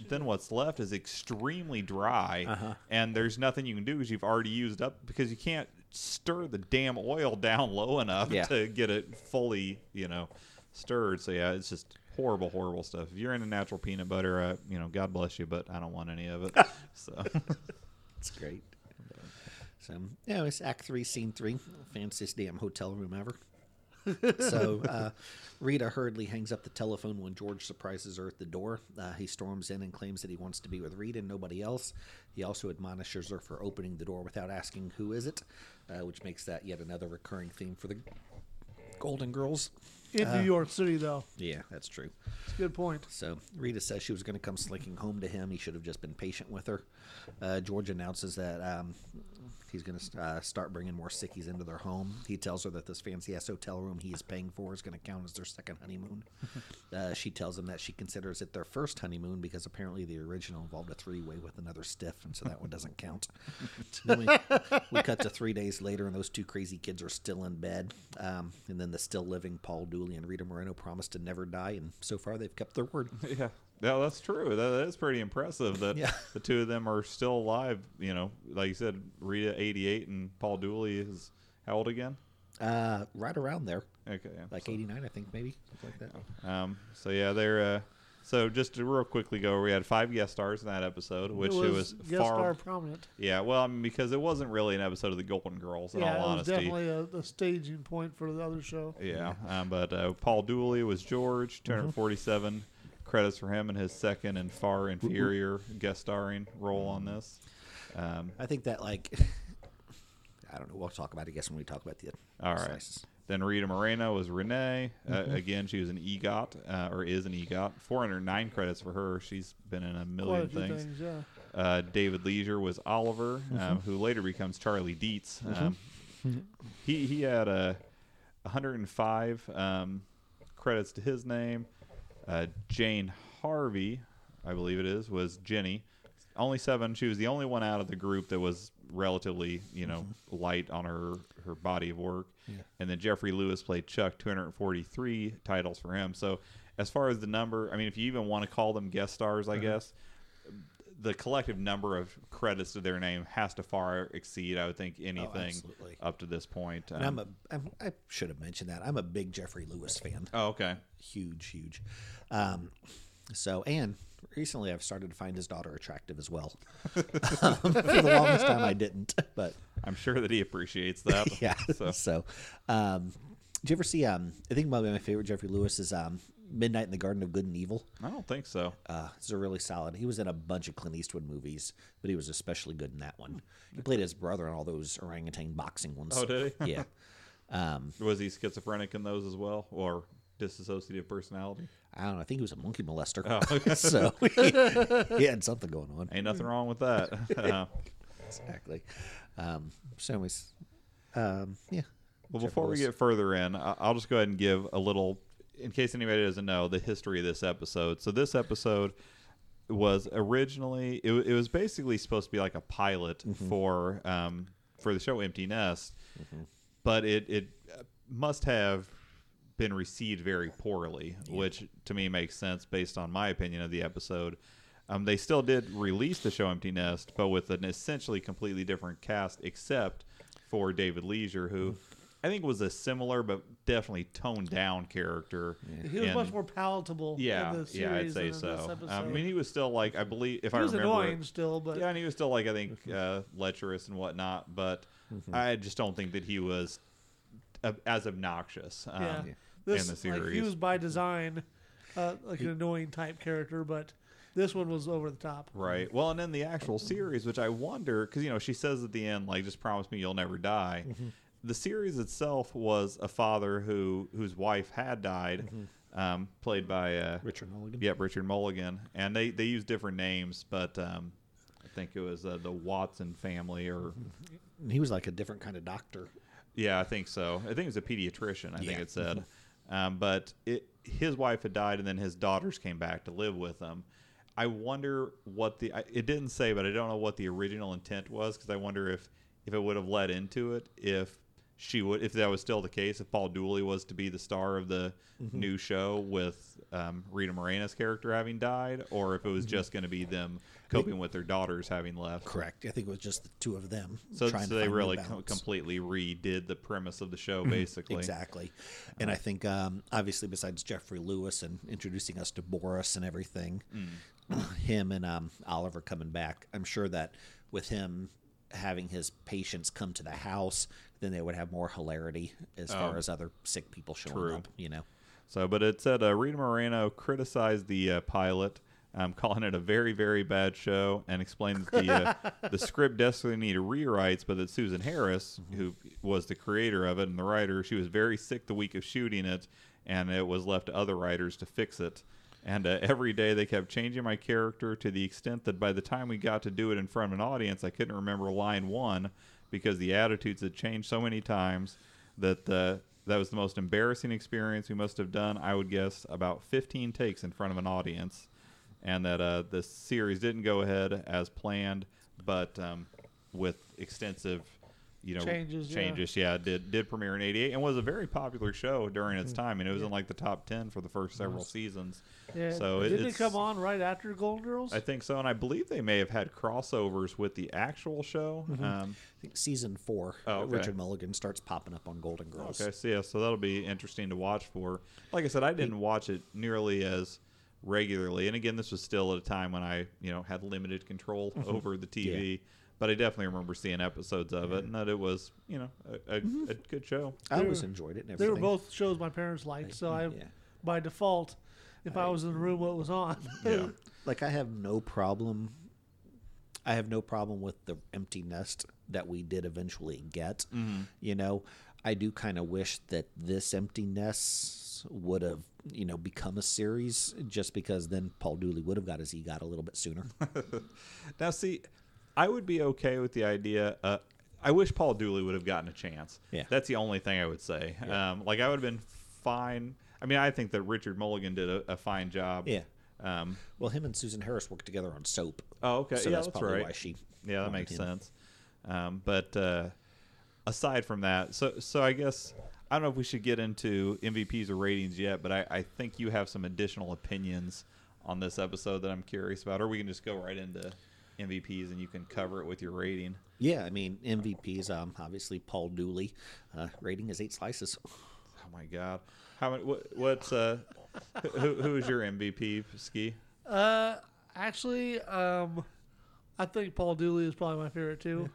then what's left is extremely dry, and there's nothing you can do because you've already used up because you can't stir the damn oil down low enough Yeah. to get it fully, you know, stirred. So yeah, it's just horrible, horrible stuff. If you're into natural peanut butter, uh, you know, God bless you, but I don't want any of [laughs] it. so It's great. So yeah, it's Act Three, Scene Three, fanciest damn hotel room [laughs] ever. so uh, Rita hurriedly hangs up the telephone when George surprises her at the door. Uh, he storms in and claims that he wants to be with Rita and nobody else. He also admonishes her for opening the door without asking who is it, uh, which makes that yet another recurring theme for the Golden Girls. in New York City, though. Yeah, that's true. It's a good point. So Rita says she was going to come slinking home to him. He should have just been patient with her. Uh, George announces that um, he's going to uh, start bringing more sickies into their home. He tells her that this fancy ass hotel room he is paying for is going to count as their second [laughs] honeymoon. uh, she tells him that she considers it their first honeymoon because apparently the original involved a three way with another stiff, and so that one doesn't count. [laughs] Then we, we cut to three days later, and those two crazy kids are still in bed. Um, and then the still living Paul Dooley and Rita Moreno promise to never die, and so far they've kept their word. yeah. No, that's true. That, that is pretty impressive that Yeah. the two of them are still alive. You know, like you said, Rita, 88, and Paul Dooley is how old again? Uh, right around there, Okay. Yeah. like so, '89, I think, maybe something like that. um, so, yeah, they're. Uh, so, just to real quickly go over, we had five guest stars in that episode, which it was, guest far. star prominent. Yeah, well, I mean, because it wasn't really an episode of The Golden Girls, in all Yeah, it was honesty. definitely a, a staging point for the other show. Yeah, um, but uh, Paul Dooley was George, Mm-hmm. 247 credits for him in his second and far Mm-hmm. inferior guest starring role on this. Um, I think that like. [laughs] I don't know. We'll talk about it, I guess, when we talk about the all right. slices. Then Rita Moreno was Renee. Uh, Mm-hmm. again, she was an EGOT, uh, or is an EGOT. 409 credits for her. She's been in a Quite million a few things. things. Mm-hmm. yeah. Uh, David Leisure was Oliver, um, who later becomes Charlie Dietz. Mm-hmm. Um, he he had uh, 105 um, credits to his name. Uh, Jane Harvey, I believe it is, was Jenny. Only seven. She was the only one out of the group that was relatively, you know, light on her her body of work. And then Jeffrey Lewis played Chuck, 243 titles for him. So, as far as the number, I mean, if you even want to call them guest stars, I guess the collective number of credits to their name has to far exceed, I would think, anything absolutely. up to this point. And I'm Um, a. I'm, I should have mentioned that. I'm a big Jeffrey Lewis fan. oh, okay. huge, huge. Um, so, and recently I've started to find his daughter attractive as well. [laughs] um, for the longest time I didn't, but I'm sure that he appreciates [laughs] that. yeah. [laughs] So, So, um, did you ever see? Um, I think my my favorite Jeffrey Lewis is um, Midnight in the Garden of Good and Evil. I don't think so. Uh, it's a really solid. He was in a bunch of Clint Eastwood movies, but he was especially good in that one. He played his brother in all those orangutan boxing ones. Oh, did he? yeah. Um, [laughs] Was he schizophrenic in those as well, or dissociative personality? I don't know. I think he was a monkey molester. [laughs] Oh, so he, had something going on. ain't nothing wrong with that. [laughs] Uh, Exactly. Um, so, anyways, um, yeah. well, Jeff before we Lewis. get further in, I- I'll just go ahead and give a little, in case anybody doesn't know, the history of this episode. So this episode was originally it, wa- it was basically supposed to be like a pilot for um, for the show Empty Nest, but it it uh, must have been received very poorly, which to me makes sense based on my opinion of the episode. Um, they still did release the show Empty Nest, but with an essentially completely different cast, except for David Leisure, who Mm-hmm. I think was a similar but definitely toned down character. He was in- much more palatable. yeah, in the series yeah, I'd say than in this so. Um, episode. I mean, he was still like I believe if He I was remember, annoying still, but Mm-hmm. yeah, and he was still like I think uh, lecherous and whatnot. But I just don't think that he was ob- as obnoxious. Um, yeah. in the Like, he series. was by design, uh, like an annoying type character, but this one was over the top. Right. Well, and then the actual series, which I wonder, because you know she says at the end, like, "Just promise me you'll never die." Mm-hmm. The series itself was a father who whose wife had died, um, played by uh, Mm-hmm. Richard Mulligan. Yep, Richard Mulligan, and they they use different names, but um, I think it was uh, the Watson family, or Mm-hmm. And He was like a different kind of doctor. yeah, I think so. I think it was a pediatrician. I think Yeah. it said, um, but it his wife had died, and then his daughters came back to live with him. I wonder what the I, it didn't say, but I don't know what the original intent was because I wonder if if it would have led into it if she would if that was still the case if Paul Dooley was to be the star of the new show with um, Rita Moreno's character having died, or if it was just going to be them coping with their daughters having left. Correct. I think it was just the two of them. So, trying to so they find a really com- balance. Mm-hmm. completely redid the premise of the show, basically. Exactly. And I think, um, obviously, besides Jeffrey Lewis and introducing us to Boris and everything, Mm. him and um, Oliver coming back, I'm sure that with him having his patients come to the house, then they would have more hilarity as far as other sick people showing Oh. true. up, you know? So, but it said uh, Rita Moreno criticized the uh, pilot, um, calling it a very, very bad show, and explained that the [laughs] uh, the script desperately needed rewrites, but that Susan Harris, Mm-hmm. who was the creator of it and the writer, she was very sick the week of shooting it, and it was left to other writers to fix it. And uh, every day they kept changing my character to the extent that by the time we got to do it in front of an audience, I couldn't remember line one because the attitudes had changed so many times that uh, that was the most embarrassing experience we must have done. I would guess about 15 takes in front of an audience, and that uh, the series didn't go ahead as planned, but um, with extensive, you know, Changes, yeah. changes. Yeah, it did did premiere in '88 and was a very popular show during Mm-hmm. its time, and it was in like the top 10 for the first several seasons. Yeah. So it, didn't it it's- come on right after Golden Girls? I think so, and I believe they may have had crossovers with the actual show. Mm-hmm. Um, I think season four, Oh, okay. Richard Mulligan starts popping up on Golden Girls. Okay, so yeah, so that'll be interesting to watch for. Like I said, I didn't watch it nearly as regularly, and again, this was still at a time when I, you know, had limited control over the TV. But I definitely remember seeing episodes of it, and that it was, you know, a, a, a good show. I They always were- enjoyed it and they everything. were both shows my parents liked, so I, yeah. by default, if I, was in the room, what was on? [laughs] Yeah. like I have no problem. I have no problem with the empty nest that we did eventually get. Mm-hmm. You know, I do kind of wish that this empty nest would have, you know, become a series just because then Paul Dooley would have got his EGOT a little [laughs] bit sooner. Now, see, I would be okay with the idea. Uh, I wish Paul Dooley would have gotten a chance. Yeah. that's the only thing I would say. Um, like I would have been fine. I mean, I think that Richard Mulligan did a, a fine job. Yeah. Um, well, him and Susan Harris worked together on soap. oh, okay. so yeah, that's, that's probably right. why she Yeah, that wanted makes him. sense. Um, but uh, aside from that, so so I guess I don't know if we should get into MVPs or ratings yet, but I, I think you have some additional opinions on this episode that I'm curious about, or we can just go right into MVPs and you can cover it with your rating. Yeah, I mean MVPs. Um, obviously Paul Dooley. Uh, rating is eight slices. Oh my God, how many? What, what's uh, who who is your MVP ski? Uh, actually, um, I think Paul Dooley is probably my favorite too.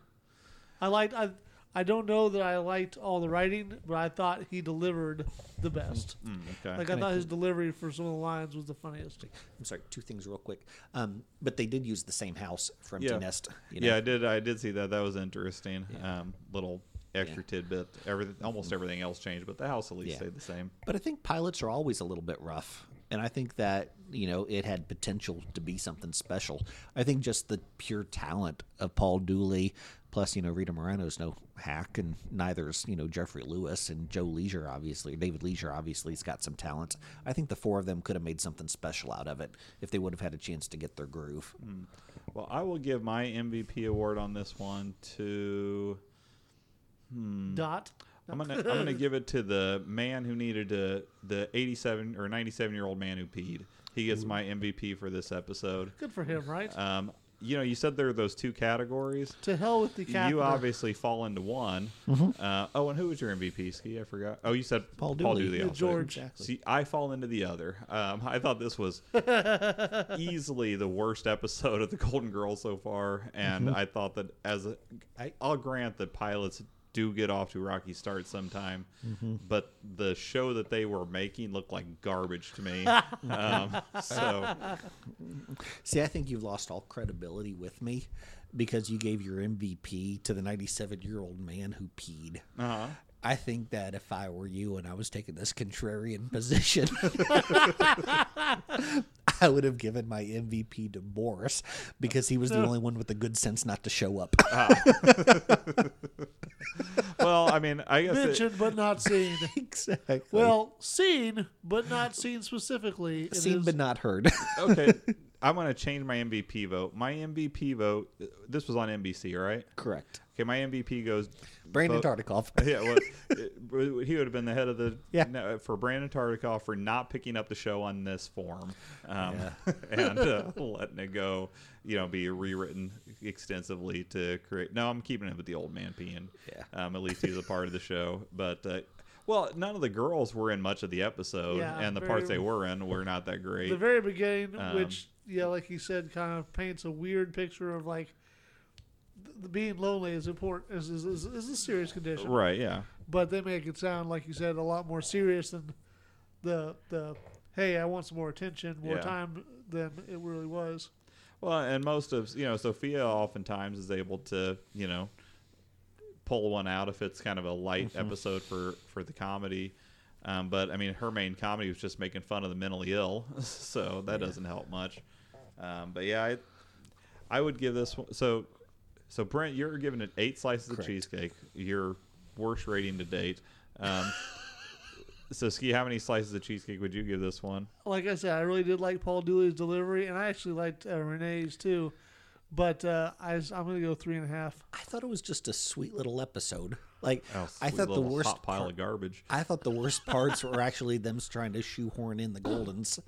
I liked I. I don't know that I liked all the writing, but I thought he delivered the best. Mm, okay, Like I thought his delivery for some of the lines was the funniest. I'm sorry, two things real quick. Um, but they did use the same house for Empty Yeah. Nest. You know? Yeah, I did. I did see that. That was interesting. Um, little extra tidbit. Everything, almost everything else changed, but the house at least Yeah. stayed the same. But I think pilots are always a little bit rough. And I think that, you know, it had potential to be something special. I think just the pure talent of Paul Dooley, plus, you know, Rita Moreno's no hack, and neither is, you know, Jeffrey Lewis and Joe Leisure, obviously. David Leisure, obviously, has got some talent. I think the four of them could have made something special out of it if they would have had a chance to get their groove. Well, I will give my MVP award on this one to. Dot. Mm. I'm gonna I'm gonna give it to the man who needed to the 87 or 97 year old man who peed. He gets my MVP for this episode. [laughs] Good for him, right? Um, you know, you said there are those two categories. to hell with the cat. You obviously fall into one. Uh, oh, and who was your MVP ski? I forgot. Oh, you said Paul Mm-hmm. Paul Dooley. Paul Dooley Dooley. Yeah, also. George. Exactly. See, I fall into the other. Um, I thought this [laughs] was easily the worst episode of the Golden Girls so far, and Mm-hmm. I thought that as a, I, I'll grant that pilots do get off to a rocky start sometime, Mm-hmm. but the show that they were making looked like garbage to [laughs] me. um, so See, I think you've lost all credibility with me because you gave your MVP to the 97 year old man who peed. uh I think that if I were you and I was taking this contrarian [laughs] position, I would have given my MVP to Boris because he was the only one with the good sense not to show up. well, I mean, I guess it- Mentioned but [laughs] not seen. exactly. well, seen but not seen specifically. It seen is- but not heard. [laughs] okay. I'm going to change my MVP vote. My MVP vote, this was on NBC, right? Correct. Okay, my MVP goes. Brandon vote- Tartikoff. [laughs] Yeah, well, it- he would have been the head of the. Yeah. no, for Brandon Tartikoff for not picking up the show on this form um, [laughs] and uh, letting it go, you know, be rewritten extensively to create. No, I'm keeping it with the old man peeing. Yeah. Um, at least he's a part of the show. But. Uh, well, none of the girls were in much of the episode, Yeah, and the very- parts they were in were not that great. the very beginning, Um, which yeah, like he said, kind of paints a weird picture of like th- th- being lonely is important is is, is, is a serious condition, right? Yeah. but they make it sound like you said a lot more serious than the the hey, I want some more attention, more Yeah. time than it really was. Well, and most of you know Sophia oftentimes is able to you know pull one out if it's kind of a light Mm-hmm. episode for for the comedy. Um, but I mean, her main comedy was just making fun of the mentally ill, [laughs] so that doesn't help much. Um, but yeah, I I would give this one, so so Brent, you're giving it eight slices of cheesecake, your worst rating to date. [laughs] Um, so Ski, how many slices of cheesecake would you give this one? Like I said, I really did like Paul Dooley's delivery, and I actually liked uh, Renee's too. But uh, I, am going to go three and a half. I thought it was just a sweet little episode. Like Oh, I Oh, sweet thought the little worst hot pile part- of garbage. I thought the worst parts were actually them trying to shoehorn in the Goldens.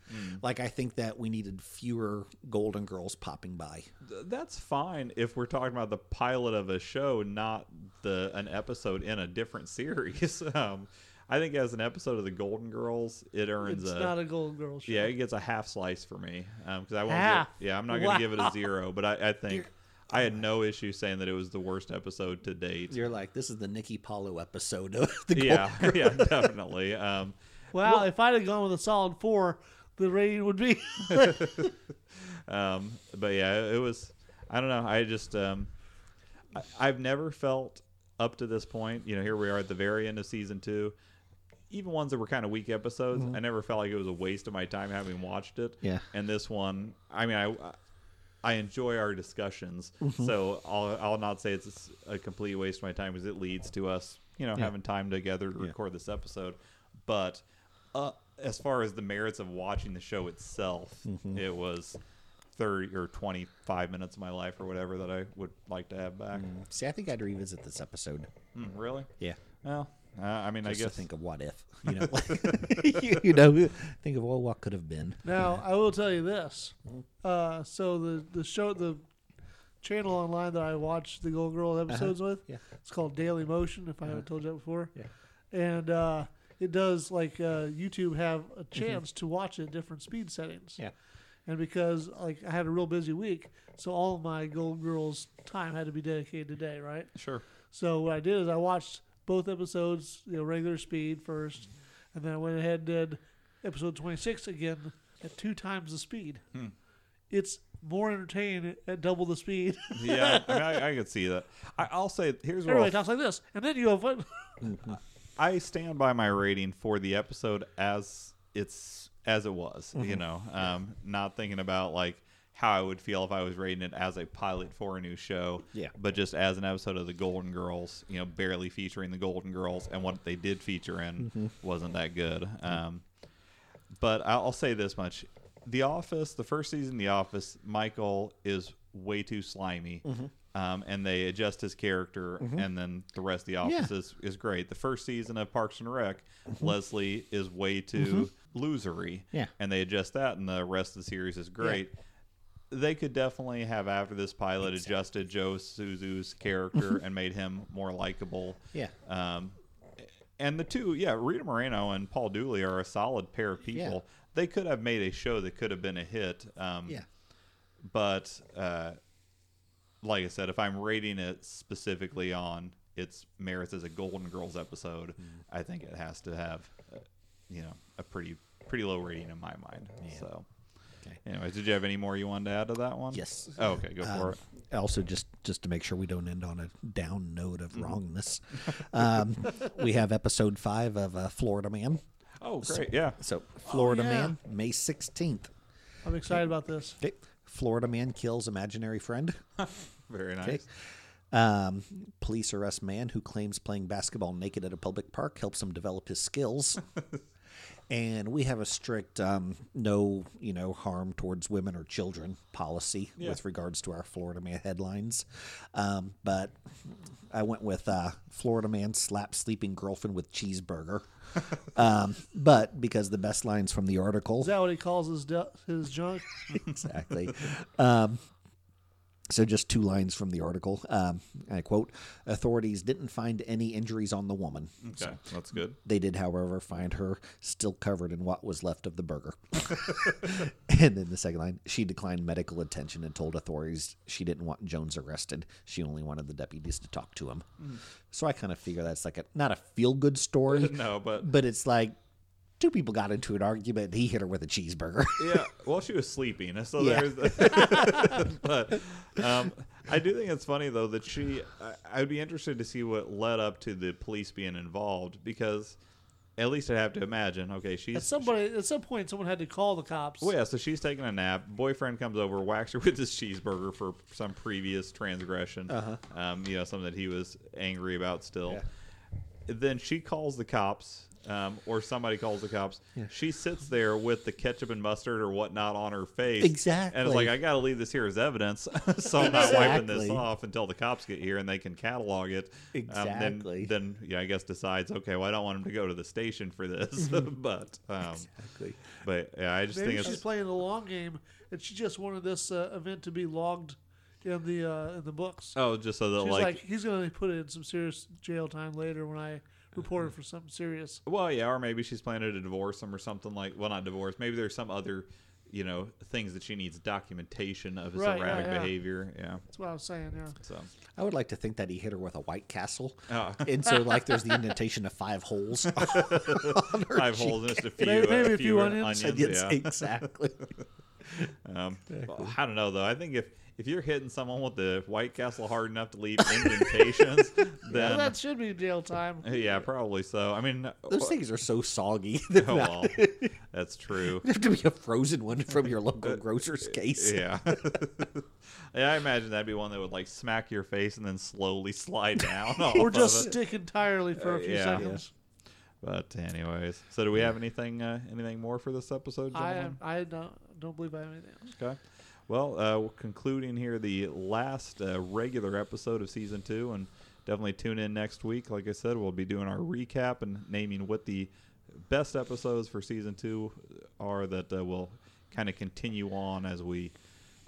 Like I think that we needed fewer Golden Girls popping by. Th- that's fine if we're talking about the pilot of a show, not the an episode in a different [laughs] series. Um, I think as an episode of the Golden Girls, it earns It's a, not a Golden Girls show. yeah, it gets a half slice for me because I won't. Half? Give, yeah, I'm not going to give it Wow. a zero, but I, I think I had no issue saying that it was the worst episode to date. You're like, this is the Nikki Paulo [laughs] episode of the Golden Yeah, [laughs] yeah, definitely. Um, Wow, if I'd have gone with a solid four, the rating would be um, but yeah, it was. I don't know. I just um, I, I've never felt up to this point. You know, here we are at the very end of season two. Even ones that were kind of weak episodes, I never felt like it was a waste of my time having watched it. Yeah. And this one, I mean, I I enjoy our discussions, so I'll I'll not say it's a complete waste of my time because it leads to us, you know, having time together to record this episode. But uh, as far as the merits of watching the show itself, it was thirty or twenty five minutes of my life or whatever that I would like to have back. See, I think I'd revisit this episode. Mm, really? Yeah. Well, uh, I mean, I Just to guess. think of what if. [laughs] You know, like, you, you know, [laughs] think of well, what could have been. Now I will tell you this. Mm-hmm. Uh, so the the show the channel online that I watch the Gold Girl episodes with, Uh-huh. yeah. Uh-huh. it's called Daily Motion. If I haven't told you that before, yeah. And uh, it does like uh, YouTube have a chance to watch it at different speed settings. Mm-hmm. Yeah. And because like I had a real busy week, so all of my Gold Girls time had to be dedicated today, right? Sure. So what I did is I watched both episodes, you know, regular speed first, and then I went Hmm. ahead and did episode 26 again at two times the speed. It's more entertaining at double the speed. [laughs] yeah, I, mean, I, I could see that. I, I'll say here's where Everybody I'll, talks like this, and then you have what? I stand by my rating for the episode as it's as it was. Mm-hmm. You know, um, not thinking about like how I would feel if I was rating it as a pilot for a new show. Yeah. But just as an episode of the Golden Girls, you know, barely featuring the Golden Girls and what they did feature in Mm-hmm. wasn't that good. Um, but I'll I'll say this much: The Office, the first season, of The Office, Michael is way too slimy, Mm-hmm. um, and they adjust his character, and then the rest of The Office is, is great. The first season of Parks and Rec, Leslie is way too losery, Mm-hmm. Yeah. and they adjust that, and the rest of the series is great. They could definitely have after this pilot adjusted Joe Suzu's character and made him more likable. Mm-hmm. Yeah. Um, and the two, yeah, Rita Moreno and Paul Dooley are a solid pair of people. They could have made a show that could have been a hit. Um, Yeah. But uh, like I said, if I'm rating it specifically on its merits as a Golden Girls episode, Mm-hmm. I think it has to have, uh, you know, a pretty pretty low rating in my mind. So. Okay. Anyways, did you have any more you wanted to add to that one? Yes. Um, Oh, okay, go for it. also just just to make sure we don't end on a down note of [laughs] wrongness um, we have episode five of uh, florida man Oh, great. Yeah. so florida yeah. man may 16th [laughs] I'm excited about this. okay florida man kills [laughs] imaginary friend Very nice. okay um, police arrest man who claims playing basketball naked at a public park helps him develop [laughs] his skills and we have a strict um, no you know harm towards women or children policy Yeah. with regards to our florida man headlines um, but i went with uh, florida man slaps sleeping girlfriend with [laughs] cheeseburger um, but because the best lines from the article Is that what he calls his de- his [laughs] junk? exactly. Um, so, just two lines from the article. Um, I quote Authorities didn't find any injuries on the woman. Okay, that's good. They did, however, find her still covered in what was left of the burger. [laughs] and then the second line She declined medical attention and told authorities she didn't want Jones arrested. She only wanted the deputies to talk to him. So, I kind of figure that's like a not a feel good story, [laughs] No, but but it's like two people got into an argument. He hit her with a cheeseburger. yeah. Well, she was sleeping, so Yeah. there's. [laughs] but um, I do think it's funny though that she. I, I'd be interested to see what led up to the police being involved because, at least I have to imagine. Okay, At she's. somebody at some point, someone had to call the cops. well, Oh, yeah, so she's taking a nap. Boyfriend comes over, whacks her [laughs] with his cheeseburger for some previous transgression. Uh-huh. Um, you know, something that he was angry about still. Then she calls the cops, um, or somebody calls the cops. She sits there with the ketchup and mustard or whatnot on her face. And it's Exactly. like, I got to leave this here as [laughs] evidence. [laughs] so I'm not wiping this Exactly. off until the cops get here and they can catalog it. Um, then- Exactly. then, yeah, I guess decides, okay, well, I don't want him to go to the station for this. [laughs] Mm-hmm. but, um, exactly. but yeah, I just Maybe think she's it's. playing the long game, and she just wanted this uh, event to be logged in the uh, in the books. Oh, just so that She's like, like, he's gonna put in some serious jail time later when I report her for something serious. well, yeah, or maybe she's planning to divorce him or something like, well, not divorce. Maybe there's some other, you know, things that she needs documentation of his Right, yeah, erratic yeah. behavior. Yeah, That's what I was saying. Yeah, so I would like to think that he hit her with a White Castle, Oh. [laughs] and so like there's the indentation of five holes. [laughs] on her five cheek. holes and just a few, Maybe- maybe a a few few onions. onions. Yes, yeah. [laughs] exactly. Um, well, I don't know though. I think if if you're hitting someone with the White Castle hard enough to leave indentations, well, then that should be jail time. yeah, probably so. I mean, Those things are so soggy. [laughs] They oh, well, that's true. have to be a frozen one from your Uh, local grocer's case. Eh, Yeah. [laughs] yeah, I imagine that'd be one that would like smack your face and then slowly slide down. off Or of just it. stick entirely for a few yeah. seconds. But anyways, so do we have anything uh, anything more for this episode? I uh, gentlemen? I don't don't believe I have anything else. Okay. Well, uh, we're concluding here the last uh, regular episode of season two, and definitely tune in next week. Like I said, we'll be doing our recap and naming what the best episodes for season two are that uh, will kind of continue on as we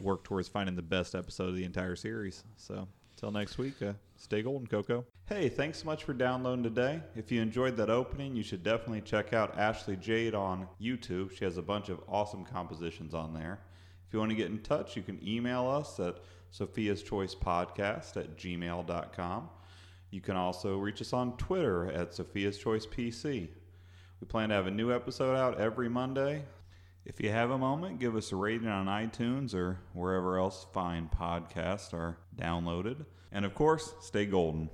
work towards finding the best episode of the entire series. So. Till next week, uh, stay golden, Coco. Hey, thanks so much for downloading today. If you enjoyed that opening, you should definitely check out Ashley Jade on YouTube. She has a bunch of awesome compositions on there. If you want to get in touch, you can email us at Sophia's Choice Podcast at gmail.com. You can also reach us on Twitter at Sophia's Choice PC. We plan to have a new episode out every Monday. If you have a moment, give us a rating on iTunes or wherever else fine podcasts are downloaded. And of course, stay golden.